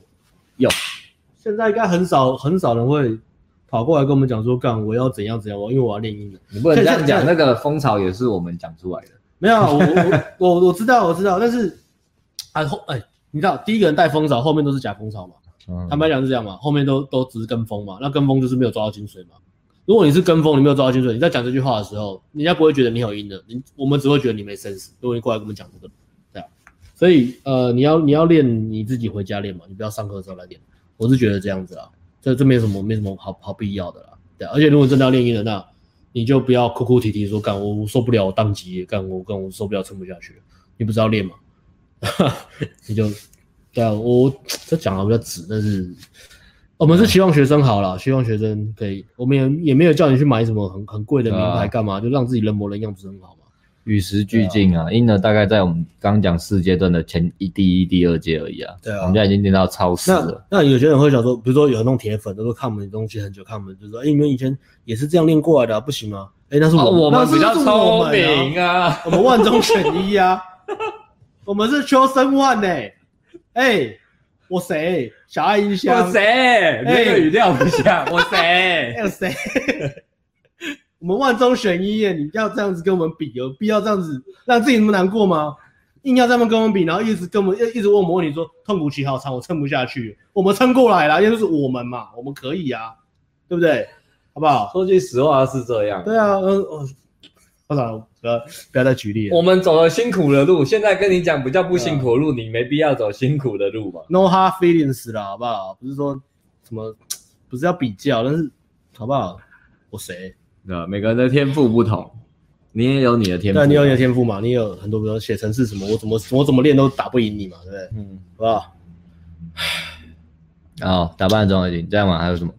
S2: 用？
S1: 现在应该很少很少人会跑过来跟我们讲说，干我要怎样怎样，我因为我要练音了。
S2: 你不能这样
S1: 像
S2: 讲，那个风潮也是我们讲出来的。
S1: 没有啊，我我我我知道我知道，但是啊后哎，你知道第一个人带风潮，后面都是假风潮嘛。
S2: 嗯
S1: 坦白讲是这样嘛，后面都都只是跟风嘛，那跟风就是没有抓到精髓嘛。如果你是跟风，你没有抓到精髓，你在讲这句话的时候，人家不会觉得你有赢的，你我们只会觉得你没 sense。如果你过来跟我们讲这个，对啊，所以呃，你要你要练你自己回家练嘛，你不要上课的时候来练。我是觉得这样子啊，这这没什么没什么好好必要的啦，对啊、而且如果真的要练音的，那你就不要哭哭啼啼说干我我受不了，我宕机了，干我干我受不了，撑不下去了，你不知道练嘛， 你就对啊，我这讲的比较直，但是我们是希望学生好了，希望学生可以，我们也也没有叫你去买什么很很贵的名
S2: 对啊
S1: 牌干嘛，就让自己人模人样不是很好嘛？
S2: 与时俱进啊，英了大概在我们刚讲四阶段的前一第一、第二阶而已啊。
S1: 对啊
S2: 我们现在已经练到超时
S1: 那
S2: 了。
S1: 那有些人会想说，比如说有那种铁粉，他说看我们的东西很久，看我们就说，哎、你们以前也是这样练过来的啊、不行吗？哎、那是
S2: 哦
S1: 我那是是我们啊
S2: 啊，
S1: 我们万中选一啊！我们是求生万呢、哎、我谁？小爱音箱？
S2: 谁
S1: 那个语
S2: 调不像，我谁
S1: 还有谁？我们万中选一耶！你要这样子跟我们比，有必要这样子让自己那么难过吗？硬要这么跟我们比，然后一直跟我们一一直问我们问题说痛苦几号长，我撑不下去。我们撑过来了，因为就是我们嘛，我们可以啊，对不对？好不好？
S2: 说句实话是这样
S1: 对啊，嗯，哦，我操，不要不要再举例了。
S2: 我们走了辛苦的路，现在跟你讲比较不辛苦的路，你没必要走辛苦的路嘛。
S1: no hard feelings 啦，好不好？不是说什么，不是要比较，但是好不好？我谁？
S2: 那啊每个人的天赋不同，你也有你的天赋。
S1: 对啊，你有你的天赋嘛？你有很多，比如说写程式什么，我怎么我怎么练都打不赢你嘛，对不对？
S2: 嗯，
S1: 好不好
S2: 然后打扮的装已经这样嘛？还有什么？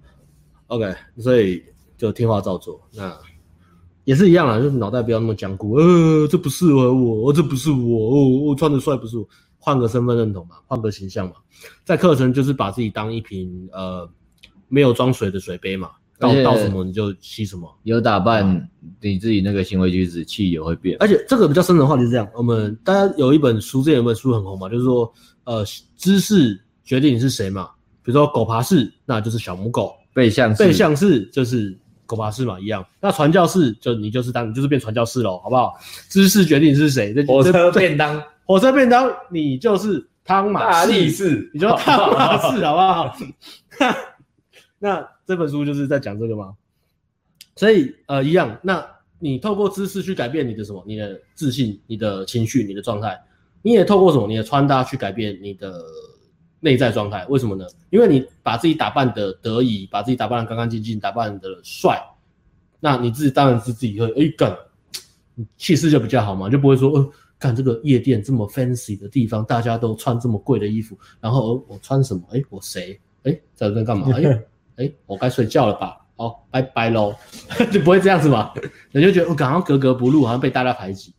S1: ？OK，所以就听话照做。那也是一样啊啦，就是脑袋不要那么僵固。呃，这不适合我，哦，这不是我，哦，我穿的帅不是我，换个身份认同嘛，换个形象嘛。在课程就是把自己当一瓶呃没有装水的水杯嘛，倒
S2: 而且
S1: 倒什么你就吸什么。
S2: 有打扮，你自己那个行为举止气也会变。
S1: 而且这个比较深的话题是这样，我们大家有一本书，之前有一本书很红嘛，就是说，呃，知识决定你是谁嘛。比如说狗爬式，那就是小母狗；
S2: 背向是
S1: 背向式就是狗爬式嘛，一样。那传教士就你就是当你就是变传教士喽，好不好？知识决定你是谁，这
S2: 火车
S1: 这这
S2: 便当
S1: 火车便当，你就是汤马
S2: 大
S1: 士，
S2: 力士，
S1: 你就汤马士，好不好？ 那这本书就是在讲这个吗？所以呃，一样，那你透过知识去改变你的什么？你的自信、你的情绪、你的状态，你也透过什么？你的穿搭去改变你的内在状态。为什么呢？因为你把自己打扮的得宜，把自己打扮的干干净净，打扮的帅，那你自己当然是自己会哎干，你气势就比较好嘛，就不会说呃干这个夜店这么 fancy 的地方，大家都穿这么贵的衣服，然后呃我穿什么？哎，我谁？哎，在这干嘛？哎，
S2: 哎，我该睡觉了吧？哦，拜拜喽， 就不会这样子嘛？你就觉得我刚刚格格不入，好像被大家排挤。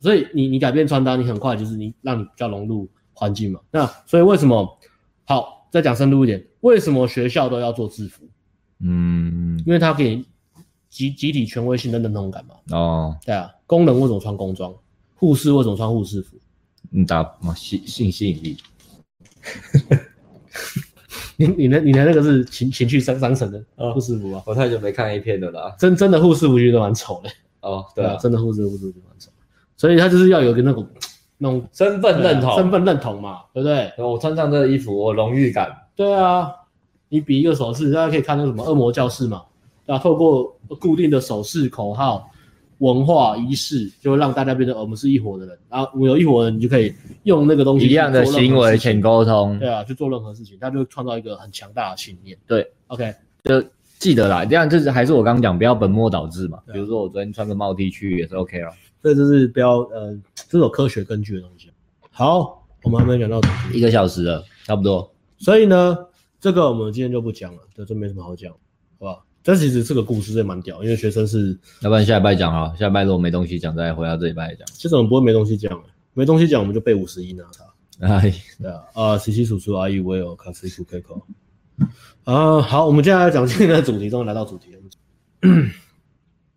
S2: 所以你你改变穿搭，你很快就是你让你比较融入环境嘛。那所以为什么好再讲深入一点？为什么学校都要做制服？
S4: 嗯，
S2: 因为它给你集集体权威性的认同感嘛。
S4: 哦，
S2: 对啊，工人为什么穿工装？护士为什么穿护士服？
S4: 你嗯打嘛性性吸引力，
S2: 你你的你的那个是情情趣三三层的
S4: 哦
S2: 护士服啊？
S4: 我太久没看 A 片了啦。
S2: 真真的护士服其实都蛮丑的，
S4: 哦，对啊，
S2: 真的护士服其实都蛮丑的，所以他就是要有一个那种那种
S4: 身份认
S1: 啊
S4: 同，
S2: 身份认同嘛，对不对？啊
S4: 我穿上这个衣服，我荣誉感。
S2: 对啊，你比一个手势，大家可以看那个什么恶魔教室嘛，对啊，透过固定的手势、口号、文化仪式，就会让大家变成呃我们是一伙的人，然后我们有一伙人，你就可以用那个东西
S4: 一样的
S2: 去做任
S4: 行
S2: 何
S4: 为
S2: 事情
S4: 请沟通
S2: 对，啊，去做任何事情，他就创造一个很强大的信念。
S4: 对
S2: ，OK，
S4: 记得啦，这样就是还是我刚刚讲，不要本末倒置嘛。
S1: 对啊
S4: 比如说我昨天穿个帽 T 去也是 OK 了，
S1: 这就是比较呃，这种科学根据的东西。好，我们还没讲到主题，
S4: 一个小时了，差不多。
S1: 所以呢，这个我们今天就不讲了，这这没什么好讲，好不好？这其实这个故事真的蛮屌，因为学生是
S4: 要不然下礼拜讲好，下礼拜如果没东西讲，再回到这礼拜讲。
S1: 其实我们不会没东西讲、没东西讲我们就背五十音啊，操
S4: 哎，
S1: 对啊，啊，琪琪叔叔阿姨我也有卡斯库 K 口。啊，好，我们接下来讲今天的主题，终于来到主题了。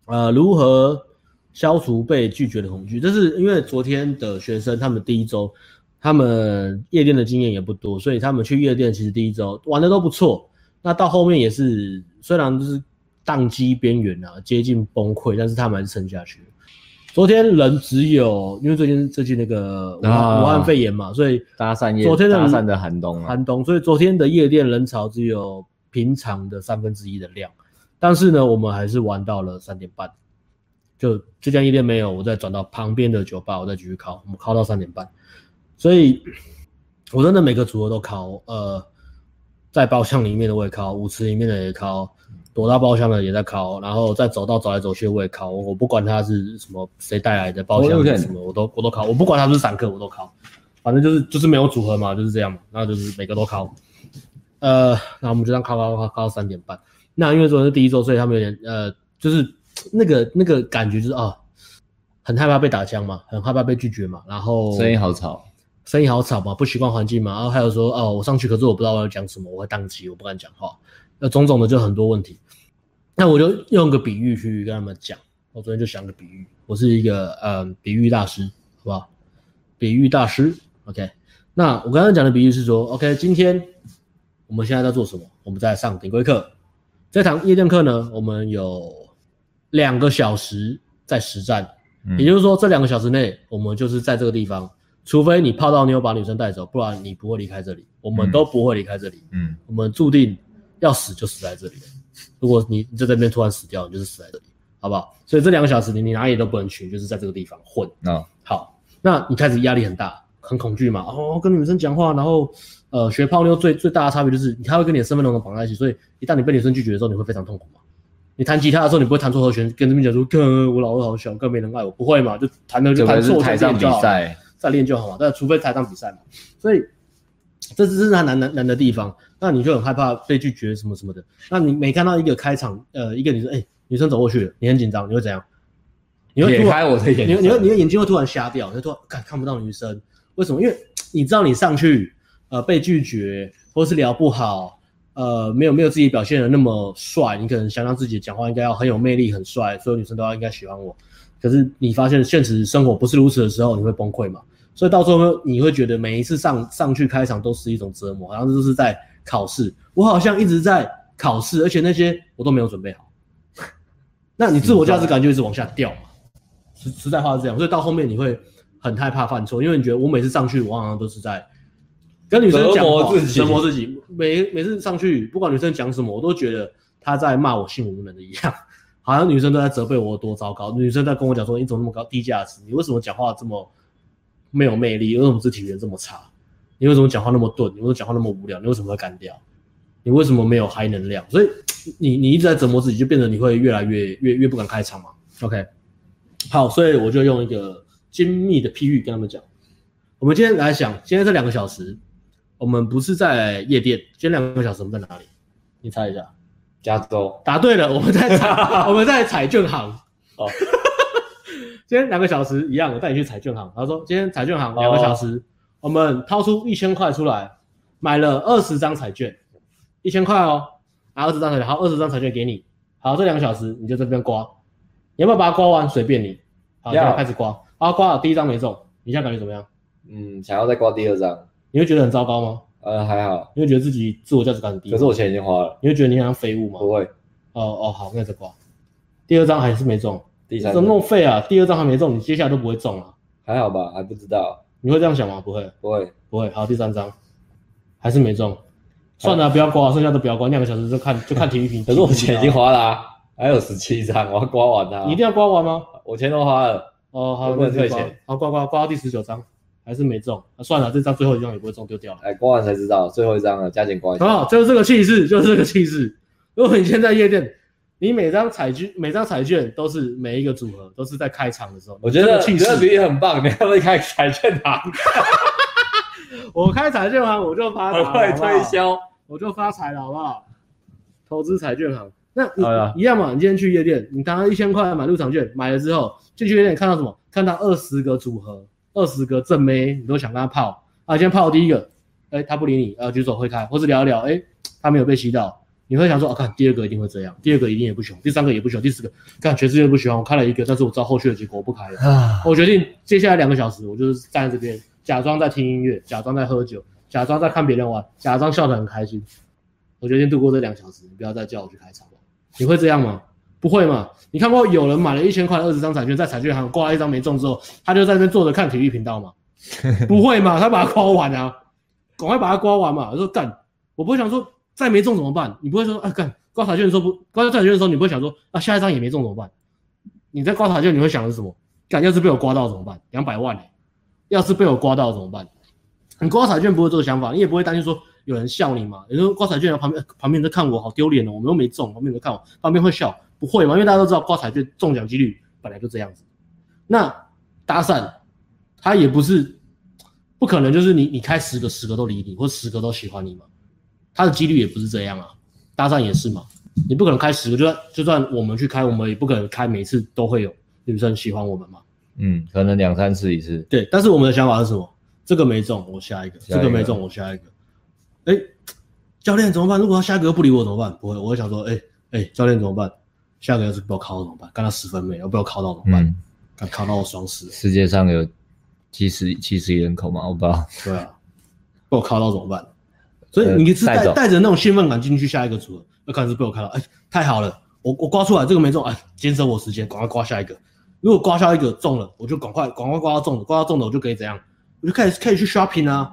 S1: 呃，如何消除被拒绝的恐惧？这是因为昨天的学生他们第一周，他们夜店的经验也不多，所以他们去夜店其实第一周玩的都不错。那到后面也是，虽然就是宕机边缘啊，接近崩溃，但是他们还是撑下去了。昨天人只有，因为最近最近那个武汉、
S4: 啊
S1: 武汉肺炎嘛，所以
S4: 搭讪夜，
S1: 昨天的
S4: 搭讪的寒冬啊，
S1: 寒冬，所以昨天的夜店人潮只有平常的三分之一的量，但是呢，我们还是玩到了三点半。就这家夜店没有，我再转到旁边的酒吧，我再继续敲，我们敲到三点半。所以，我真的每个组合都敲，呃，在包厢里面的我也敲，舞池里面的也敲，躲到包厢的也在敲，然后再走到走来走去的我也敲，我不管他是什么谁带来的包厢
S4: Oh, okay.
S1: 什么，我都我都敲，我不管他是不是散客，我都敲。反正就是就是没有组合嘛，就是这样嘛，那就是每个都考。呃，那我们就这样考考考考到三点半。那因为昨天是第一周，所以他们有点呃，就是那个那个感觉就是啊，很害怕被打枪嘛，很害怕被拒绝嘛，然后
S4: 声音好吵。
S1: 声音好吵嘛，不习惯环境嘛，然后还有说哦，我上去可是我不知道我要讲什么，我会宕机，我不敢讲话，那种种的就很多问题。那我就用个比喻去跟他们讲，我昨天就想个比喻，我是一个嗯比喻大师，好不好？比喻大师，OK。那我刚刚讲的比喻是说，OK，今天我们现在在做什么？我们在上顶规课，这堂夜店课呢，我们有两个小时在实战，
S4: 嗯
S1: 也就是说，这两个小时内，我们就是在这个地方，除非你泡到妞把女生带走，不然你不会离开这里，我们
S4: 嗯
S1: 都不会离开这里，
S4: 嗯，
S1: 我们注定要死就死在这里了。如果你在这边突然死掉，你就是死在这里，好不好？所以这两个小时你你哪里都不能去，就是在这个地方混。
S4: 哦，
S1: 好，那你开始压力很大，很恐惧嘛。哦，跟女生讲话，然后呃，学泡妞最最大的差别就是，他会跟你的身份认同绑在一起，所以一旦你被女生拒绝的时候，你会非常痛苦嘛。你弹吉他的时候，你不会弹错和弦，跟他们讲说，哥，我老二好小，更没人爱我，不会嘛？就弹的就
S4: 这
S1: 弹
S4: 个是
S1: 错，
S4: 台上比赛，
S1: 再练就好嘛。但除非台上比赛嘛，所以这这是他难难难的地方。那你就很害怕被拒绝什么什么的。那你每看到一个开场，呃，一个女生，哎、女生走过去了，你很紧张，你会怎样？你会突
S4: 撇
S1: 然
S4: 开我的眼
S1: 你
S4: 睛，
S1: 你会你的眼睛会突然瞎掉，你会突然看看不到女生，为什么？因为你知道你上去呃被拒绝，或是聊不好，呃没有没有自己表现的那么帅，你可能想让自己讲话应该要很有魅力、很帅，所有女生都要应该喜欢我。可是你发现现实生活不是如此的时候，你会崩溃嘛？所以到最后你会觉得每一次上上去开场都是一种折磨，然后这就是在考试，我好像一直在考试，而且那些我都没有准备好。那你自我价值感就一直往下掉嘛？
S4: 嗯
S1: 实实在话是这样，所以到后面你会很害怕犯错，因为你觉得我每次上去，我好像都是在跟女生讲话
S4: 折磨自己
S1: 折磨自己。每每次上去，不管女生讲什么，我都觉得她在骂我性无能的一样， 好像女生都在责备我有多糟糕，女生在跟我讲说你怎么那么高低价值，你为什么讲话这么没有魅力，为什么肢体语言这么差？你为什么讲话那么钝？你为什么讲话那么无聊？你为什么会干掉？你为什么没有嗨能量？所以你你一直在折磨自己，就变得你会越来越越越不敢开场嘛。OK，好，所以我就用一个精密的譬喻跟他们讲，我们今天来想，今天这两个小时，我们不是在夜店，今天两个小时我们在哪里？你猜一下。
S2: 加州
S1: 答对 了，我们在彩 我们在彩券行。
S2: 哦，
S1: 今天两个小时一样，我带你去彩券行。他说今天彩券
S2: 哦
S1: 行两个小时，我们掏出一千块出来，买了二十张彩券，一千块哦，拿二十张彩券，好，二十张彩券给你。好，这两个小时你就这边刮，你要不要把它刮完？随便你。好，现
S2: 要
S1: 在开始刮。好，刮了第一张没中，你现在感觉怎么样？
S2: 嗯，想要再挂第二张，
S1: 你会觉得很糟糕吗？
S2: 呃，还好，
S1: 你会觉得自己自我价值感很低吗？
S2: 可是我钱已经花了，
S1: 你会觉得你很像废物吗？
S2: 不会，
S1: 哦哦，好，那再刮。第二张还是没中，
S2: 第三
S1: 怎么那么废啊？第二张还没中，你接下来都不会中啊？
S2: 还好吧，还不知道，
S1: 你会这样想吗？不会，
S2: 不会，
S1: 不会。好，第三张还是没中，算了，不要刮，剩下都不要刮，两个小时就 看就看体育频。
S2: 可是我钱已经
S1: 花，
S2: 花了、啊，还有十七张，我要刮完它、
S1: 你一定要刮完吗？
S2: 我钱都花了，
S1: 哦，好，
S2: 我不能
S1: 那就
S2: 退
S1: 刮
S2: 钱。
S1: 好，刮刮刮到第十九张还是没中，那算了，这张最后一张也不会中，丢掉了。
S2: 哎，刮完才知道，最后一张了，加减刮一下。
S1: 很好，就是这个气势，就是这个气势。如果你现在夜店，你每张彩券每张彩券都是每一个组合都是在开场的时候，
S2: 我觉得
S1: 这个气
S2: 你这个比
S1: 势。
S2: 喻很棒，你要不要开彩券行？
S1: 我开彩券行我就发
S2: 很
S1: 财，
S2: 会
S1: 好不好
S2: 推销。
S1: 我就发财了，好不好？投资彩券行，那你
S2: 好了
S1: 一样嘛？你今天去夜店，你刚刚一千块买入场券，买了之后进去夜店看到什么？看到二十个组合，二十个正妹，你都想跟他泡啊？先泡第一个，哎、他不理你，啊，举手挥开，或是聊一聊，哎、他没有被吸到，你会想说，啊，看第二个一定会这样，第二个一定也不喜欢，第三个也不喜欢，第四个，看全世界都不喜欢，我开了一个，但是我知道后续的结果我不开了。
S2: 啊，
S1: 我决定接下来两个小时，我就是站在这边，假装在听音乐，假装在喝酒，假装在看别人玩，假装笑得很开心。我决定度过这两小时，你不要再叫我去开场了。你会这样吗？不会嘛？你看过有人买了一千块二十张彩券，在彩券行挂了一张没中之后，他就在那边坐着看体育频道吗？不会嘛？他把它刮完啊，赶快把它刮完嘛。我说干，我不会想说再没中怎么办？你不会说啊干刮彩券的时候不刮彩券的时候，你不会想说啊下一张也没中怎么办？你在刮彩券你会想的是什么？干，要是被我刮到怎么办？两百万、欸，要是被我刮到怎么办？你刮彩券不会有这个想法，你也不会担心说有人笑你嘛？有人说刮彩券，旁边旁边人在看我，好丢脸哦，我们又没中，旁边人在看我，旁边会笑，不会嘛？因为大家都知道刮彩券中奖几率本来就这样子。那搭讪，他也不是不可能，就是你你开十个十个都理你，或十个都喜欢你嘛，他的几率也不是这样啊。搭讪也是嘛，你不可能开十个，就算就算我们去开，我们也不可能开每次都会有女生喜欢我们嘛。
S4: 嗯，可能两三次一次，
S1: 对，但是我们的想法是什么？这个没中，我下一个；
S4: 下一个
S1: 这个没中，我下一个。哎、教练怎么办？如果他下一个又不理我怎么办？不会，我会想说，哎、哎、教练怎么办？下个要是被我考到怎么办？干他十分没，要被我考到怎么办？
S4: 嗯，
S1: 干考到我双十，
S4: 世界上有七十七十亿人口嘛，我不知道，
S1: 对啊，被我考到怎么办？所以
S4: 呃
S1: 你是
S4: 带
S1: 带
S4: 走
S1: 带着那种兴奋感进去下一个组合，那看是被我看到，哎、太好了，我我刮出来这个没中，哎、节省我时间，赶快刮下一个。如果刮下一个中了，我就赶快赶快刮到中了，刮到中了我就可以怎样？我就开始可以去 shopping 啊，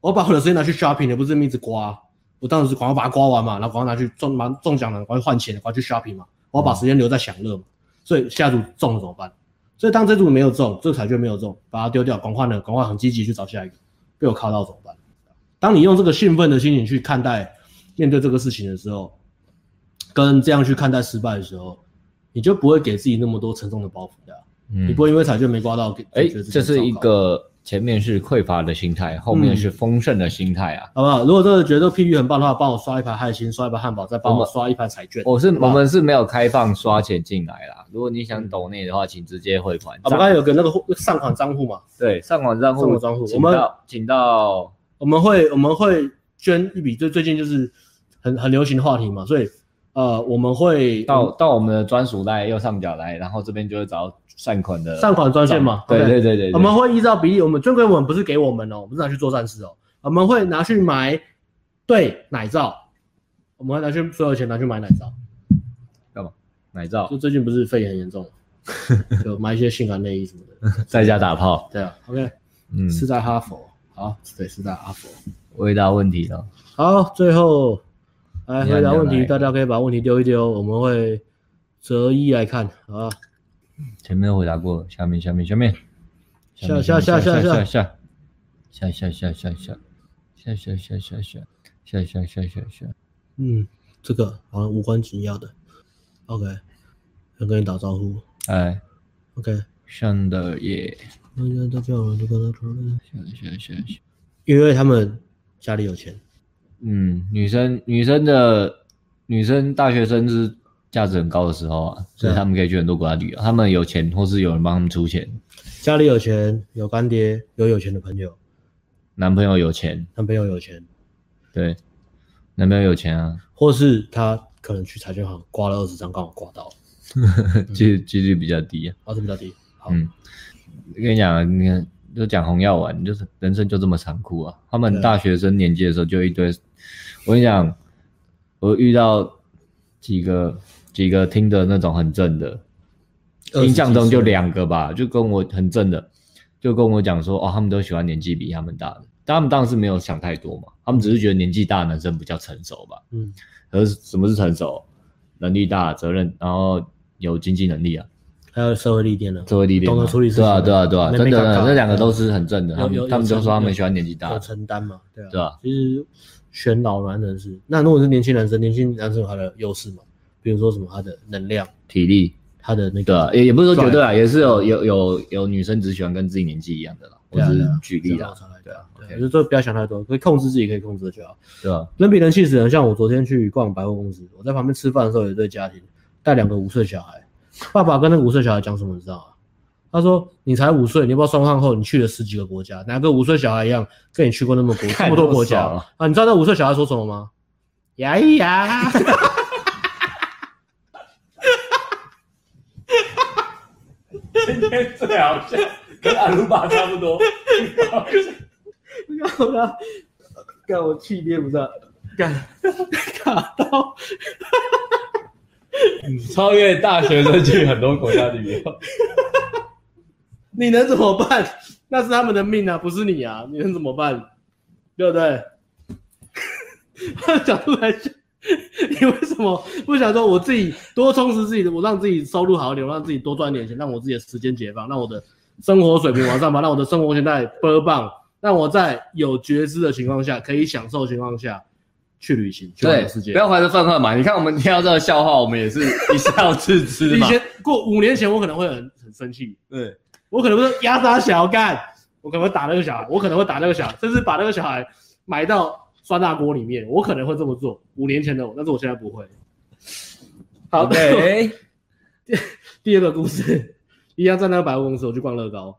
S1: 我把我的时间拿去 shopping，也不是这么一直刮啊、我当时是赶快把它刮完嘛，然后赶快拿去中拿中奖了，赶快换钱，赶快去 shopping 嘛，我要把时间留在享乐嘛。所以下一组中了怎么办？所以当这组没有中，这个彩券没有中，把它丢掉，赶快呢，赶快很积极去找下一个，被我卡到怎么办？当你用这个兴奋的心情去看待面对这个事情的时候，跟这样去看待失败的时候，你就不会给自己那么多沉重的包袱的啊、
S4: 嗯
S1: 你不会因为彩券没刮到给，
S4: 哎，
S1: 觉得自己
S4: 这是
S1: 很
S4: 一
S1: 糟糕嗯
S4: 个前面是匮乏的心态，后面是丰盛的心态啊。
S1: 好不好？如果真的觉得 P P 很棒的话，帮我刷一盘海星，刷一盘汉堡，再帮
S4: 我
S1: 我
S4: 们哦
S1: 刷一盘彩券。
S4: 我是
S1: 好不
S4: 我
S1: 好
S4: 们是没有开放刷钱进来啦，如果你
S1: 嗯
S4: 想抖内的话，请直接汇款。
S1: 啊我们刚才有个那个户上款账户嘛，
S4: 对上网账
S1: 上
S4: 户，
S1: 网账户
S4: 请
S1: 我们
S4: 到请到
S1: 我们会我们会捐一笔，就最近就是很很流行的话题嘛，所以呃我们会
S4: 到到我们的专属来右上角来，然后这边就会找到善款的
S1: 善款专线嘛
S4: 对
S1: OK
S4: 对对对，对
S1: 我们会依照比例，我们捐给我们不是给我们哦，我们是拿去做善事哦，我们会拿去买对奶罩，我们会拿去所有钱拿去买奶罩，
S4: 奶罩
S1: 就最近不是肺炎很严重嘛， 就买一些性感内衣什么的，
S4: 在家打炮，
S1: 对啊，OK，
S4: 嗯，
S1: 是在哈佛，好，对，是在哈佛。
S4: 回答问题了。
S1: 好，最后来
S4: 你要
S1: 回答
S4: 聊
S1: 问
S4: 哪
S1: 题，
S4: 一
S1: 大家可以把问题丢一丢，我们会择一来看啊。
S4: 前面都回答过了，下面下面下面，
S1: 下
S4: 下
S1: 下下
S4: 下
S1: 下
S4: 下下下下下下下下下下下下下下下下，
S1: 嗯，这个好像无关紧要的。OK，想跟你打招呼。
S4: 哎，
S1: OK，
S4: 上的耶，
S1: 那现在大家我就跟他说了，
S4: 下下下下，
S1: 因为他们家里有钱，
S4: 嗯，女生女生的女生大学生是价值很高的时候啊，所以他们可以去很多国家旅游，他们有钱或是有人帮他们出钱，
S1: 家里有钱，有干爹，有有钱的朋友，
S4: 男朋友有钱，
S1: 男朋友有钱，
S4: 对，男朋友有钱啊，
S1: 或是他可能去彩券行刮了二十张，刚好刮到，
S5: 嗯
S4: 几几率比较低啊。
S1: 啊，这比较低。好，
S4: 嗯，跟你讲啊，你看，就讲红药丸，就是人生就这么残酷啊。他们
S1: 对
S4: 大学生年纪的时候就一堆，我跟你讲，我遇到几个几个听的那种很正的，
S1: 20
S4: 印象中就
S1: 几岁
S4: 两个吧，就跟我很正的，就跟我讲说，哦，他们都喜欢年纪比他们大的，但他们当时没有想太多嘛，他们只是觉得年纪大的男生比较成熟吧。
S1: 嗯，
S4: 可是什么是成熟？能力大、责任，然后有经济能力啊。
S1: 还有社会历练呢，
S4: 社会历练嘛，
S1: 懂得处理事情
S4: 对啊，对啊，对啊，
S1: 没
S4: 真
S1: 没尴
S4: 的，
S1: 尬
S4: 这两个都是很正的。他
S1: 有有
S4: 们他们
S1: 有
S4: 都说他们
S1: 有
S4: 喜欢年纪大
S1: 有
S4: 的，
S1: 承担嘛，对啊，
S4: 对啊
S1: 其实选老男人是，那如果是年轻男生，年轻男生有他的优势嘛，比如说什么他的能量，
S4: 体力，
S1: 他的那
S4: 对
S1: 个
S4: 啊，也也不是说绝对啊，也是有有有有女生只喜欢跟自己年纪一样的啦，我
S1: 对啊
S4: 只
S1: 对
S4: 是
S1: 啊
S4: 举例啦，
S1: 对啊，
S4: OK
S1: 对啊，就是说不要想太多，可以控制自己可以控制的就好。
S4: 对啊，
S1: 人比人气死人，像我昨天去逛百货公司，我在旁边吃饭的时候，有一对家庭带两个五岁小孩，爸爸跟那个五岁小孩讲什么，你知道吗？他说：“你才五岁，你不知道双抗后你去了十几个国家，哪个五岁小孩一样跟你去过那么 国这
S4: 看
S1: 么多国家
S4: 多爽啊
S1: 啊？你知道那五岁小孩说什么吗？ 呀咿呀，
S5: 今天 最好笑，跟阿鲁巴差不 多。
S1: 然后他干我气憋不上，干卡到
S5: 超越大学生去很多国家旅游，
S1: 你能怎么办？那是他们的命啊，不是你啊，你能怎么办？对不对？换角度来讲，你为什么不想说我自己多充实自己的，我让自己收入好一点，我让自己多赚点钱，让我自己的时间解放，让我的生活水平往上爬，让我的生活现在波棒，让我在有觉知的情况下，可以享受的情况下去旅行，去
S2: 对
S1: 玩世，界
S2: 不。要怀着愤恨嘛。你看我们听到这个笑话，我们也是一笑置之
S1: 以
S2: 嘛。
S1: 前过五年前，我可能会很很生气，
S2: 对，
S1: 我可能会说压他小干，我可能会打那个小孩，我可能会打那个小孩，甚至把那个小孩埋到酸辣锅里面，我可能会这么做。五年前的我，但是我现在不会。 好的
S2: OK，
S1: 第二个故事， 一样在那个百货公司，我去逛乐高，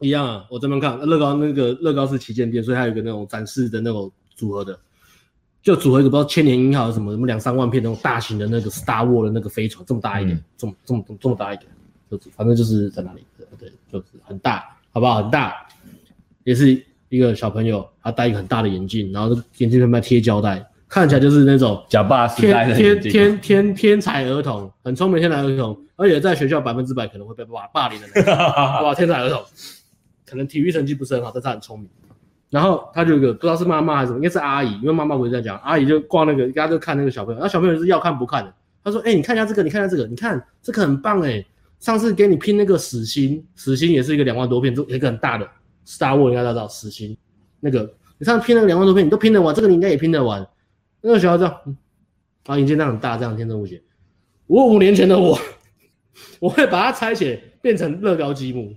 S1: 一样啊，我这边看乐高那个乐高是旗舰店，所以它有一个那种展示的那种组合的，就组合一个不知道千年鹰号还是什么什么两三万片那种大型的那个 Star War 的那个飞船，这么大一点，
S4: 嗯
S1: 这么这么这么大一点，就是反正就是在那里，对，就是很大，好不好？很大，也是一个小朋友，他戴一个很大的眼镜，然后眼镜上面贴胶带，看起来就是那种
S2: 假爸时代
S1: 天
S2: 的
S1: 天
S2: 眼睛，
S1: 天天天才儿童，很聪明的天才儿童，而且在学校百分之百可能会被霸霸凌的那种，哇，天才儿童，可能体育成绩不是很好，但是他很聪明。然后他就有个不知道是妈妈还是什么，应该是阿姨，因为妈妈不是这样讲，阿姨就逛那个，大家就看那个小朋友，那小朋友是要看不看的。他说：“哎、你看一下这个，你看一下这个，你看这个很棒哎、上次给你拼那个死星，死星也是一个两万多片，这一个很大的 Star War，应该大家知道死星那个，你上次拼那个两万多片，你都拼得完，这个你应该也拼得完。那个小孩这样，嗯，啊，眼睛量很大，这样天真无邪。我五年前的我， 我会把它拆解变成乐高积木，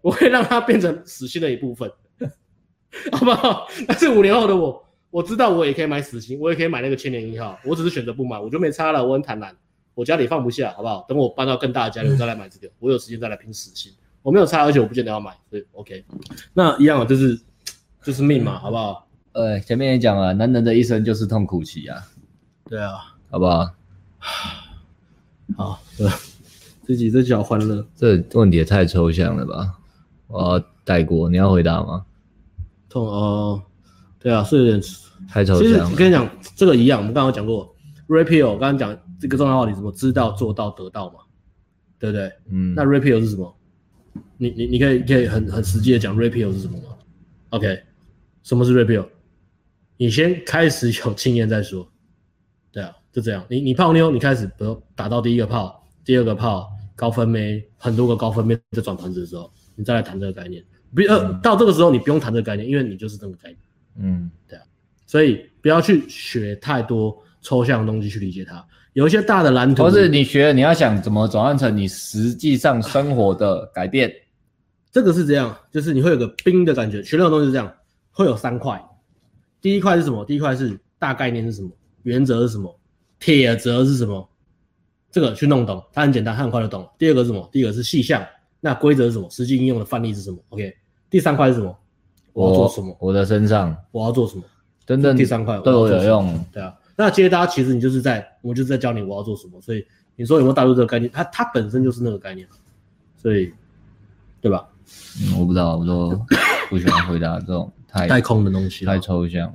S1: 我会让它变成死星的一部分， 好不好？但是五年后的我，我知道我也可以买死星，我也可以买那个千年一号，我只是选择不买，我就没差了，我很坦然，我家里放不下，好不好？等我搬到更大的家里，我再来买这个，我有时间再来拼死星。我没有差，而且我不见得要买，所以 OK。那一样啊，就是就是命嘛，好不好？
S4: 呃，前面也讲了，男人的一生就是痛苦期啊，
S1: 对啊，
S4: 好不好？
S1: 好，对，啊自己这叫欢乐。
S4: 这问题也太抽象了吧，我要带过，你要回答吗？
S1: 痛哦，对啊，是有点。其
S4: 太抽
S1: 实
S4: 象
S1: 我
S4: 了，
S1: 跟你讲，这个一样，我们刚刚讲过 r a p i o 刚刚讲这个重要道理，什么知道、做到、得到嘛，对不对？
S4: 嗯
S1: 那 r a p i o 是什么？你你你可以可以很很实际的讲 r a p i o 是什么吗？OK，什么是 r a p i o 你先开始有经验再说。对啊，就这样。你你泡妞，你开始比如打到第一个泡、第二个泡，高分妹很多个高分妹在转盘子的时候，你再来谈这个概念。不要、呃到这个时候你不用谈这个概念，因为你就是这个概念。
S4: 嗯，
S1: 所以不要去学太多抽象的东西去理解它。有一些大的蓝图，
S4: 或是你学了，你要想怎么转换成你实际上生活的改变，
S1: 这个是这样，就是你会有个冰的感觉。学任何东西是这样，会有三块。第一块是什么？第一块是大概念是什么，原则是什么，铁则是什么？这个去弄懂，它很简单，它很快就懂了。第二个是什么？第一个是细项，那规则是什么？实际应用的范例是什么？OK，第三块是什么？我要做什么？
S4: 我的身上
S1: 我要做什么？
S4: 真正
S1: 第三块
S4: 对我
S1: 我要做
S4: 有
S1: 什么
S4: 用，
S1: 对啊，那接搭其实你就是在，我就是在教你我要做什么，所以你说有没有带入这个概念？它它本身就是那个概念，所以对吧？
S4: 嗯我不知道，我都不喜欢回答这种 太
S1: 带空的东西啦，
S4: 太抽象。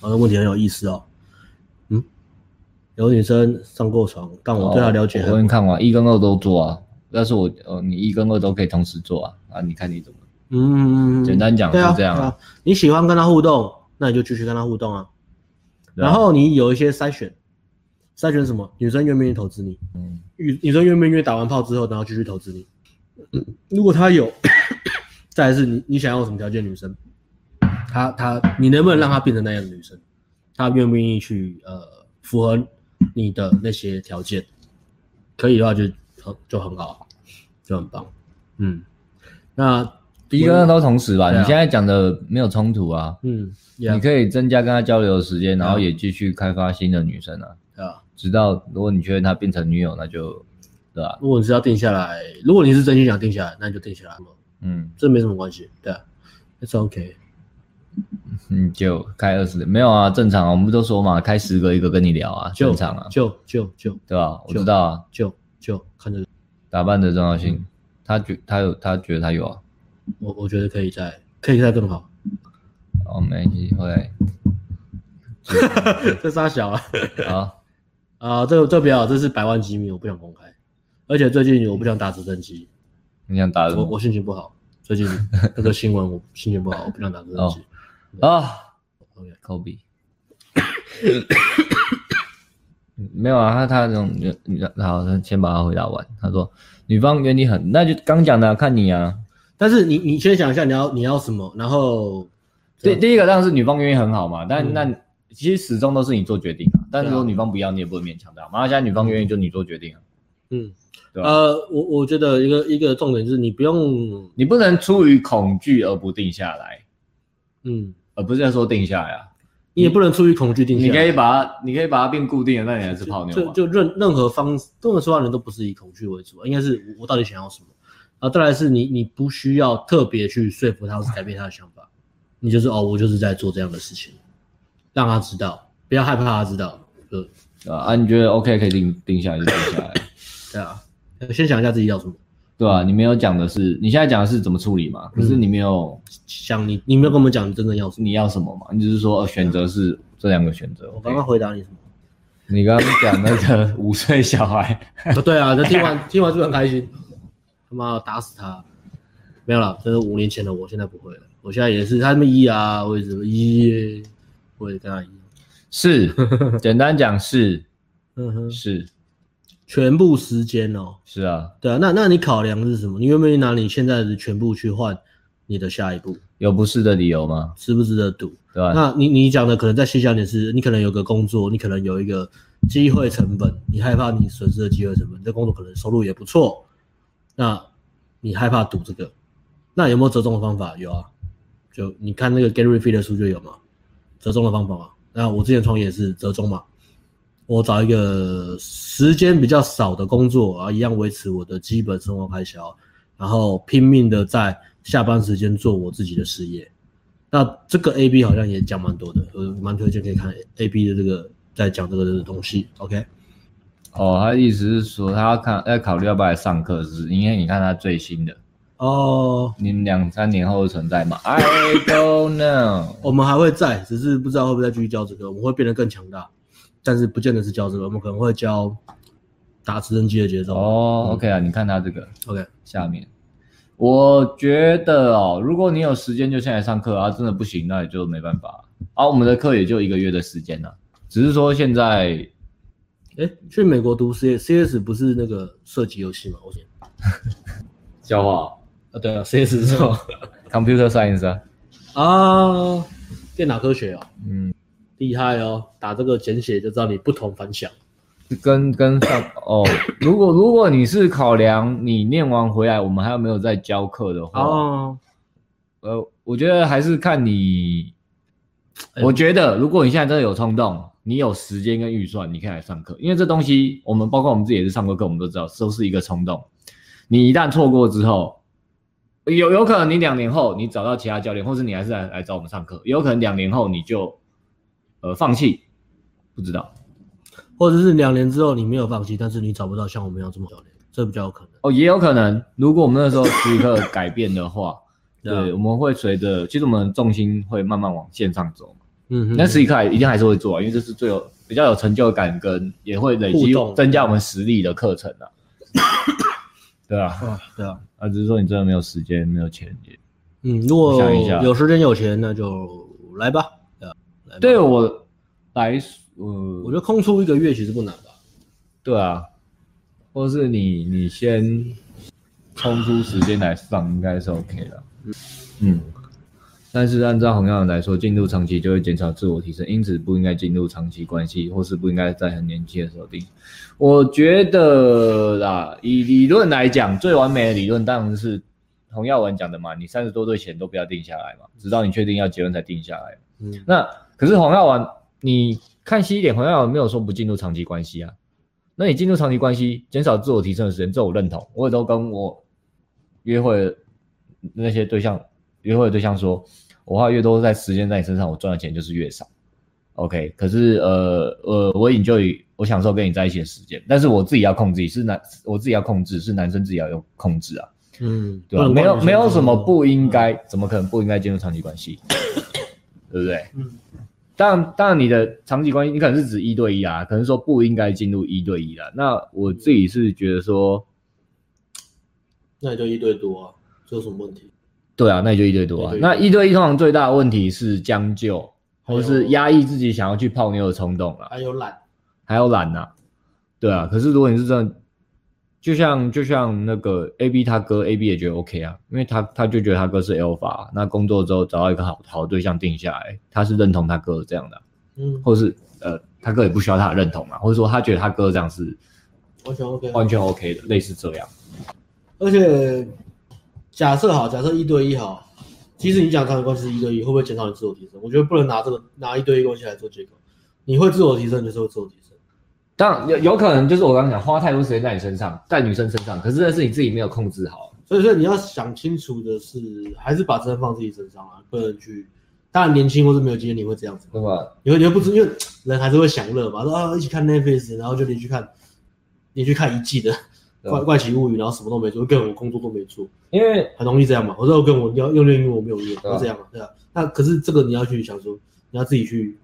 S1: 我的问题很有意思哦。嗯，有女生上过床，但我对她了解
S4: 哦我
S1: 很
S4: 问看完一跟二都做啊，但是我呃，你一跟二都可以同时做啊，啊，你看你怎么？
S1: 嗯，
S4: 简单讲
S1: 对啊
S4: 是这样啊
S1: 对啊。你喜欢跟她互动，那你就继续跟她互动啊。
S4: 对啊
S1: 然后你有一些筛选，筛选什么？女生愿不愿意投资你？
S4: 嗯，
S1: 女女生愿不愿意打完炮之后，然后继续投资你？ 如果她有， 再来是你你想要有什么条件？女生，她她你能不能让她变成那样的女生？她愿不愿意去呃符合你的那些条件？可以的话就很就很好，就很棒。嗯，那
S4: 一跟二都同时吧。
S1: 对啊
S4: 你现在讲的没有冲突啊，
S1: 嗯，也对
S4: 你可以增加跟他交流的时间，然后
S1: 对啊
S4: 也继续开发新的女生啊，
S1: 啊。
S4: 直到如果你确认她变成女友，那就对吧、
S1: 如果你是要定下来，如果你是真心想定下来，那你就定下来嘛，
S4: 嗯，
S1: 这没什么关系，对啊，It's OK。
S4: 你就开二十没有啊，正常啊，我们不都说嘛，开十个一个跟你聊啊，
S1: 就
S4: 正常啊，
S1: 就就就
S4: 对吧、我知道啊，
S1: 就就看着
S4: 打扮的重要性，
S1: 嗯
S4: 他觉他有他觉得他有啊，
S1: 我，我觉得可以再可以再更好。
S4: 哦，没机会，
S1: 这仨小啊，
S4: 好，
S1: 啊、这个这不要，这是百万机密，我不想公开。而且最近我不想打直升机，
S4: 你想打什
S1: 我
S4: 么
S1: 我？心情不好。最近那个新闻我心情不好，我不想打直升
S4: 哦
S1: 机。
S4: 啊
S1: OK，
S4: 科比， 没有啊，他他这种，你好，先把他回答完。他说女方原理很，那就刚讲的啊、看你啊。
S1: 但是你你先想一下你要你要什么，然后
S4: 第
S1: 对
S4: 第一个当然是女方原因很好嘛，但、
S1: 嗯
S4: 那其实始终都是你做决定啊。但如果
S1: 对啊
S4: 女方不要，你也不会勉强她。马来西亚女方愿意就你做决定啊，
S1: 嗯
S4: 对吧
S1: 呃，我我觉得一个一个重点就是你不用
S4: 你不能出于恐惧而不定下来，
S1: 嗯，
S4: 而不是说定下来啊。
S1: 你也不能出于恐惧定下
S4: 你
S1: 来。
S4: 可以把它，你可以把它变固定的，那你还是泡妞
S1: 啊就
S4: 嘛？
S1: 就任任何方任何说话人都不是以恐惧为主，应该是我我到底想要什么。然后再来是你你不需要特别去说服他，或是改变他的想法，你就是哦，我就是在做这样的事情，让他知道，不要害怕他知道，就
S4: 对吧啊，你觉得 OK 可以定定下来就定下 来。
S1: 对啊，先想一下自己要什么，
S4: 对啊，你没有讲的是，你现在讲的是怎么处理
S1: 嗯
S4: 嘛？可是你没有
S1: 想你你没有跟我们讲你真正要什么。
S4: 你要什么嘛？你只是说、呃、选择是这两个选择。
S1: 我刚刚回答你什么？
S4: 你刚刚讲那 个五岁小孩，
S1: 哦对啊，这听完听完是不是很开心？他妈打死他！没有了，这是五年前的我，现在不会了。我现在也是他们一啊，我也是一，我也跟他一样。
S4: 是简单讲是
S1: 嗯哼。
S4: 是
S1: 全部时间哦，
S4: 是啊，
S1: 对啊，那那你考量是什么？你愿不愿意拿你现在的全部去换你的下一步，
S4: 有不是的理由吗？
S1: 值不值得赌？
S4: 对吧、
S1: 那你你讲的可能在细项点是，你可能有个工作，你可能有一个机会成本，你害怕你损失的机会成本，这工作可能收入也不错，那你害怕赌这个，那有没有折中的方法？有啊，就你看那个 Gary Fee 的书就有嘛，折中的方法嘛。那我之前创业也是折中嘛，我找一个时间比较少的工作，然啊后一样维持我的基本生活开销，然后拼命的在下班时间做我自己的事业。那这个 A B 好像也讲蛮多的，我蛮推荐可以看 A B 的这个在讲这个的东西。OK，
S4: 哦，他的意思是说他要看要考虑要不要来上课，是不是因为你看他最新的，
S1: 哦，
S4: 你们两三年后的存在 嘛？I don't know。
S1: 我们还会在，只是不知道会不会再继续教这个，我们会变得更强大，但是不见得是教这个，我们可能会教打直升机的节奏。
S4: 哦
S1: 嗯
S4: ，OK 啊，你看他这个，
S1: ，OK，
S4: 下面，我觉得哦，如果你有时间就先来上课啊，真的不行，那也就没办法啊。我们的课也就一个月的时间了、啊只是说现在
S1: 哎，去美国读 C C S 不是那个射击游戏吗？我记得
S4: 笑话
S1: 啊，对啊，C S 是什么
S4: ，computer science 啊，
S1: 啊？电脑科学哦，
S4: 嗯，
S1: 厉害哦，打这个简写就知道你不同凡响。
S4: 跟跟上哦。如果如果你是考量你念完回来，我们还有没有在教课的话，
S1: 哦，
S4: 呃，我觉得还是看你。我觉得，如果你现在真的有冲动，你有时间跟预算，你可以来上课，因为这东西我们包括我们自己也是上过课，我们都知道都是一个冲动。你一旦错过之后，有有可能你两年后你找到其他教练，或是你还是来来找我们上课，有可能两年后你就呃放弃，不知道
S1: 或者是两年之后你没有放弃，但是你找不到像我们一样这么教练，这比较有可能。
S4: 哦，也有可能。如果我们那时候时刻改变的话，
S1: 对
S4: 对
S1: 啊，
S4: 我们会随着其实我们重心会慢慢往线上走嘛。
S1: 嗯哼，
S4: 那时一刻还一定还是会做啊，因为这是最有比较有成就感，跟也会累积
S1: 互动
S4: 增加我们实力的课 程啊。对啊，
S1: 啊，对啊，
S4: 啊，只是说你真的没有时间，没有钱也。
S1: 嗯，如果
S4: 想一下
S1: 有时间有钱，那就来吧，对啊，来吧
S4: 对我来说，
S1: 我
S4: 呃，
S1: 觉得空出一个月其实不难吧。
S4: 对啊，或是你你先抽出时间来上，应该是 OK 的。嗯，但是按照洪耀来说，进入长期就会减少自我提升，因此不应该进入长期关系，或是不应该在很年轻的时候定。我觉得啦，以理论来讲，最完美的理论当然是洪耀文讲的嘛，你三十多岁前都不要定下来嘛，直到你确定要结婚才定下来。
S1: 嗯，
S4: 那可是黄耀文，你看细一点，黄耀文没有说不进入长期关系啊。那你进入长期关系，减少自我提升的时间，这我认同。我也都跟我约会的那些对象，约会的对象说，我花越多在时间在你身上，我赚的钱就是越少。OK，可是呃呃，我 enjoy 我享受跟你在一起的时间，但是我自己要控制，是男我自己要控制，是男生自己要有控制啊。
S1: 嗯，
S4: 对吧、
S1: 不能
S4: 没有
S1: 光
S4: 没有什么
S1: 想
S4: 不应该，怎么可能不应该进入长期关 系？对不对？
S1: 嗯。
S4: 当然，当然，你的长期关系，你可能是指一对一啊，可能说不应该进入一对一啦。那我自己是觉得说，
S1: 那你就一对多啊，这有什么问题？
S4: 对啊，那你就一对多啊。
S1: 一对一
S4: 那一对一通常最大的问题是将就，
S1: 还有
S4: 或是压抑自己想要去泡妞的冲动啊啦，
S1: 还哎有懒，
S4: 还有懒呐、对啊。可是如果你是这样，就像就像那个 A B 他哥 A B 也觉得 OK 啊，因为他他就觉得他哥是 Alpha，那工作之后找到一个好好的对象定下来，他是认同他哥这样的啊、
S1: 嗯，
S4: 或是呃他哥也不需要他的认同啊嘛，或者说他觉得他哥这样是
S1: 完全 OK 啊。
S4: 完全 OK 的，类似这样。
S1: 而且假设好，假设一对一好，即使你讲长期关系是一对一，会不会减少你自我提升？我觉得不能拿这个拿一对一关系来做借口。你会自我提升，你就是会自我提升。
S4: 当然有有可能就是我刚刚讲花太多时间在你身上，在女生身上，可是那是你自己没有控制好。
S1: 所以说你要想清楚的是，还是把责任放自己身上啊，不能去。当然年轻或是没有经验，你会这样子，
S4: 那么
S1: 你会你会不知，因为人还是会享乐嘛，说啊一起看 Netflix，然后就连续看，连续看一季的《
S4: 对
S1: 怪怪奇物语》，然后什么都没做，跟我工作都没做，
S4: 因为
S1: 很容易这样嘛。我说我跟我要用练英文，我没有用，
S4: 对啊
S1: 就这样嘛，对啊。那可是这个你要去想说，你要自己去，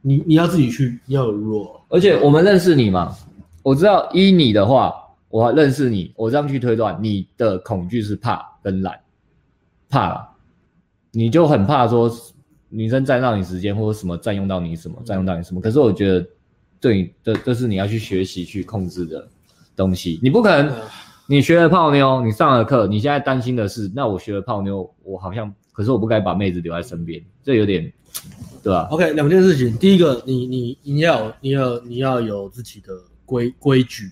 S1: 你你要自己去，你要有弱，
S4: 而且我们认识你嘛，我知道依你的话，我认识你，我这样去推断，你的恐惧是怕跟懒，怕，你就很怕说女生占到你时间或者什么占用到你什么占用到你什么。可是我觉得对你，这这是你要去学习去控制的东西，你不可能
S1: 对啊
S4: 你学了泡妞，你上了课，你现在担心的是，那我学了泡妞，我好像可是我不该把妹子留在身边，这有点对吧、
S1: OK，两件事情，第一个，你你你要有你要你要有自己的规规矩，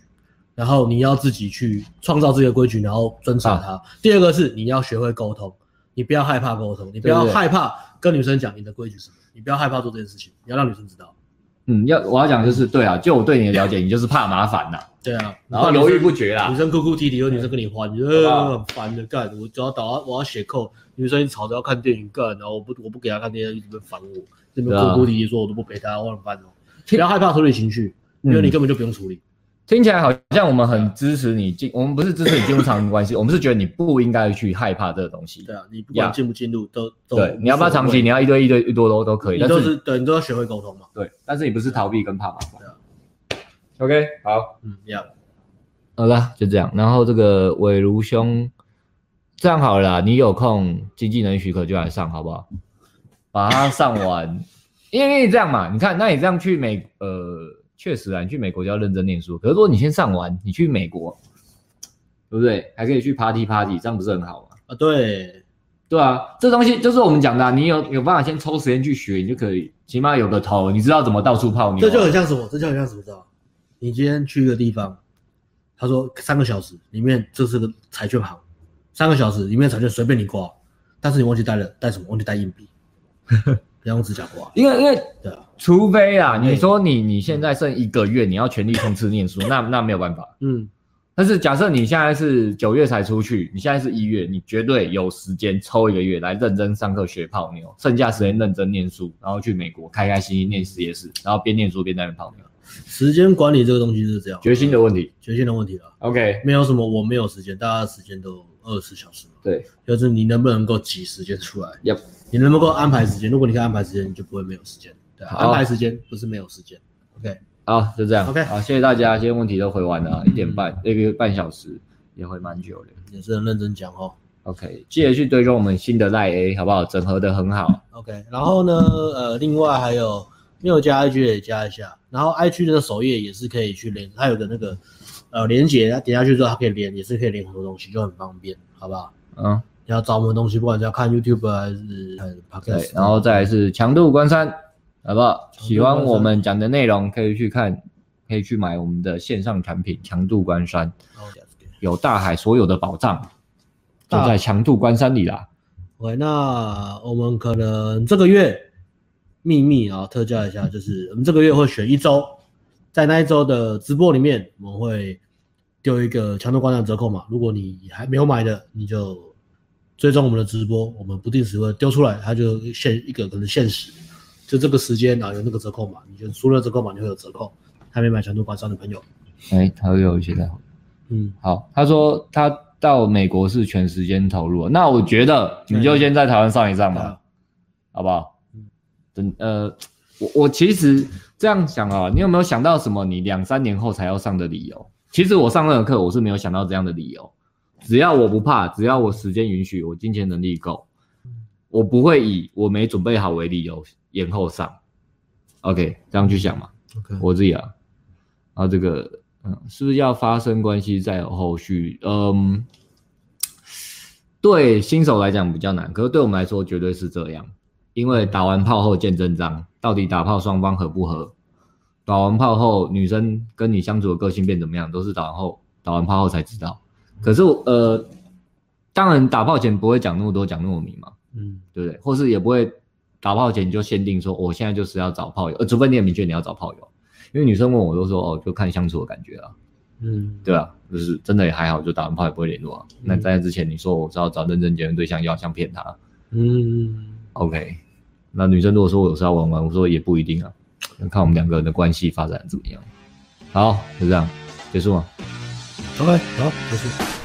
S1: 然后你要自己去创造自己的规矩，然后遵守它。
S4: 啊
S1: 第二个是你要学会沟通，你不要害怕沟通，你不要
S4: 对对对
S1: 害怕跟女生讲你的规矩是什么，你不要害怕做这件事情，你要让女生知道。
S4: 嗯，要我要讲就是对啊，就我对你的了解，你就是怕麻烦呐、
S1: 对啊，
S4: 然后
S1: 怕女
S4: 犹
S1: 生
S4: 豫不决啊啦
S1: 女。生哭哭啼啼，有女生跟你欢，你就
S4: 好吧
S1: 呃很烦的干，我只要打我要写扣，女生吵着要看电影干，然后我不我不给她看电影，一直在烦我，这边
S4: 对啊
S1: 哭哭啼啼说我都不陪她，我很烦哦。不要害怕处理情绪，
S4: 嗯
S1: 因为你根本就不用处理。
S4: 听起来好像我们很支持你进，我们不是支持你进入长期关系，我们是觉得你不应该去害怕这个东西。
S1: 对啊，你不
S4: 呀
S1: 管进不进入都都
S4: 对，你要不要长期，
S1: 无
S4: 你要一对一对一多多都可
S1: 所谓你
S4: 以，但
S1: 都
S4: 是
S1: 是对你都要学会沟通嘛。
S4: 对，但是你不是逃避跟怕麻烦
S1: 对啊。
S4: OK，好。
S1: 嗯，呀，
S4: 好啦，就这样。然后这个伟如兄，这样好了啦，你有空经纪人许可就来上，好不好？把它上完， 因为这样嘛，你看，那你这样去美，呃，确实啊，你去美国就要认真念书。可是如果你先上完，你去美国，对不对？还可以去 party party，这样不是很好吗？
S1: 啊对，
S4: 对啊，这东西就是我们讲的、啊，你有有办法先抽时间去学，你就可以起码有个头，你知道怎么到处泡妞啊、
S1: 这就很像什么？这就很像什么？知道吗？你今天去一个地方，他说三个小时里面这是个彩券行， 三个小时里面彩券随便你刮，但是你忘记带了带什么？忘记带硬币，不要用指甲刮，
S4: 因为因为
S1: 对啊，
S4: 除非啊，
S1: 哎
S4: 你说你你现在剩一个月，你要全力冲刺念书，那 那没有办法。
S1: 嗯，
S4: 但是假设你现在是九月才出去，你现在是一月，你绝对有时间抽一个月来认真上课学泡妞，剩下时间认真念书，然后去美国开开心心念实验室，然后边念书边在那边泡妞，
S1: 时间管理这个东西是这样，
S4: 决心的问题。
S1: 决心的问题了，
S4: OK，
S1: 没有什么我没有时间，大家的时间都二十小时嘛，
S4: 对，
S1: 就是你能不能够挤时间出来，
S4: Yep
S1: 你能不能够安排时间，如果你可以安排时间，你就不会没有时间，对啊，
S4: 好
S1: 安排时间不是没有时间，OK，
S4: 好，就这样。
S1: OK
S4: 好，谢谢大家，今天问题都回完了，一点半，一个半小时也回蛮久的。
S1: 也是很认真讲哦。
S4: OK，记得去追踪我们新的赖 A 好不好？整合的很好。
S1: OK，然后呢，呃，另外还有没有加 IG 也加一下，然后 IG 的首页也是可以去连，它有个那个呃连接，点下去之后它可以连，也是可以连很多东西，就很方便，好不好？
S4: 嗯，
S1: 你要找我们的东西，不管是要看 YouTube 啊还是看
S4: 对
S1: Podcast，，啊
S4: 然后再来是强度关山，好不好？喜欢我们讲的内容，可以去看，可以去买我们的线上产品强度关山，
S1: 然后这样子
S4: 有大海所有的宝藏，就
S1: 大
S4: 在强度关山里啦。
S1: OK，那我们可能这个月秘密啊特价一下，就是我们这个月会选一周，在那一周的直播里面，我们会丢一个强度观赏折扣码。如果你还没有买的，你就追踪我们的直播，我们不定时会丢出来，它就限一个可能限时，就这个时间然后有那个折扣码，你就输了折扣码你会有折扣。还没买强度观赏的朋友，
S4: 哎、他又有一些在
S1: 嗯，
S4: 好，他说他到美国是全时间投入，那我觉得你就先在台湾上一上
S1: 对
S4: 吧
S1: 啊，
S4: 好不好？等呃，我我其实这样想啊，你有没有想到什么你两三年后才要上的理由？其实我上任何课我是没有想到这样的理由，只要我不怕，只要我时间允许，我金钱能力够，我不会以我没准备好为理由延后上。OK，这样去想嘛。
S1: ，OK，
S4: 我自己啊，啊这个，嗯，是不是要发生关系再有后续？嗯，对新手来讲比较难，可是对我们来说绝对是这样，因为打完炮后见真章，到底打炮双方合不合？打完炮后女生跟你相处的个性变怎么样，都是打完后打完炮后才知道。可是我呃，当然打炮前不会讲那么多，讲那么明嘛，
S1: 嗯，
S4: 对不对？或是也不会打炮前你就限定说，我现在就是要找炮友，呃，除非你也明确你要找炮友，因为女生问我都说哦，就看相处的感觉啊，
S1: 嗯，
S4: 对啊，就是真的也还好，就打完炮也不会联络啊。那在之前你说我是要找认真结婚对象，要想骗他
S1: 嗯，
S4: ，OK？那女生如果说我有时候要玩玩，我说也不一定啊，看我们两个人的关系发展怎么样。好，就这样结束吗？啊
S1: OK，好，结束。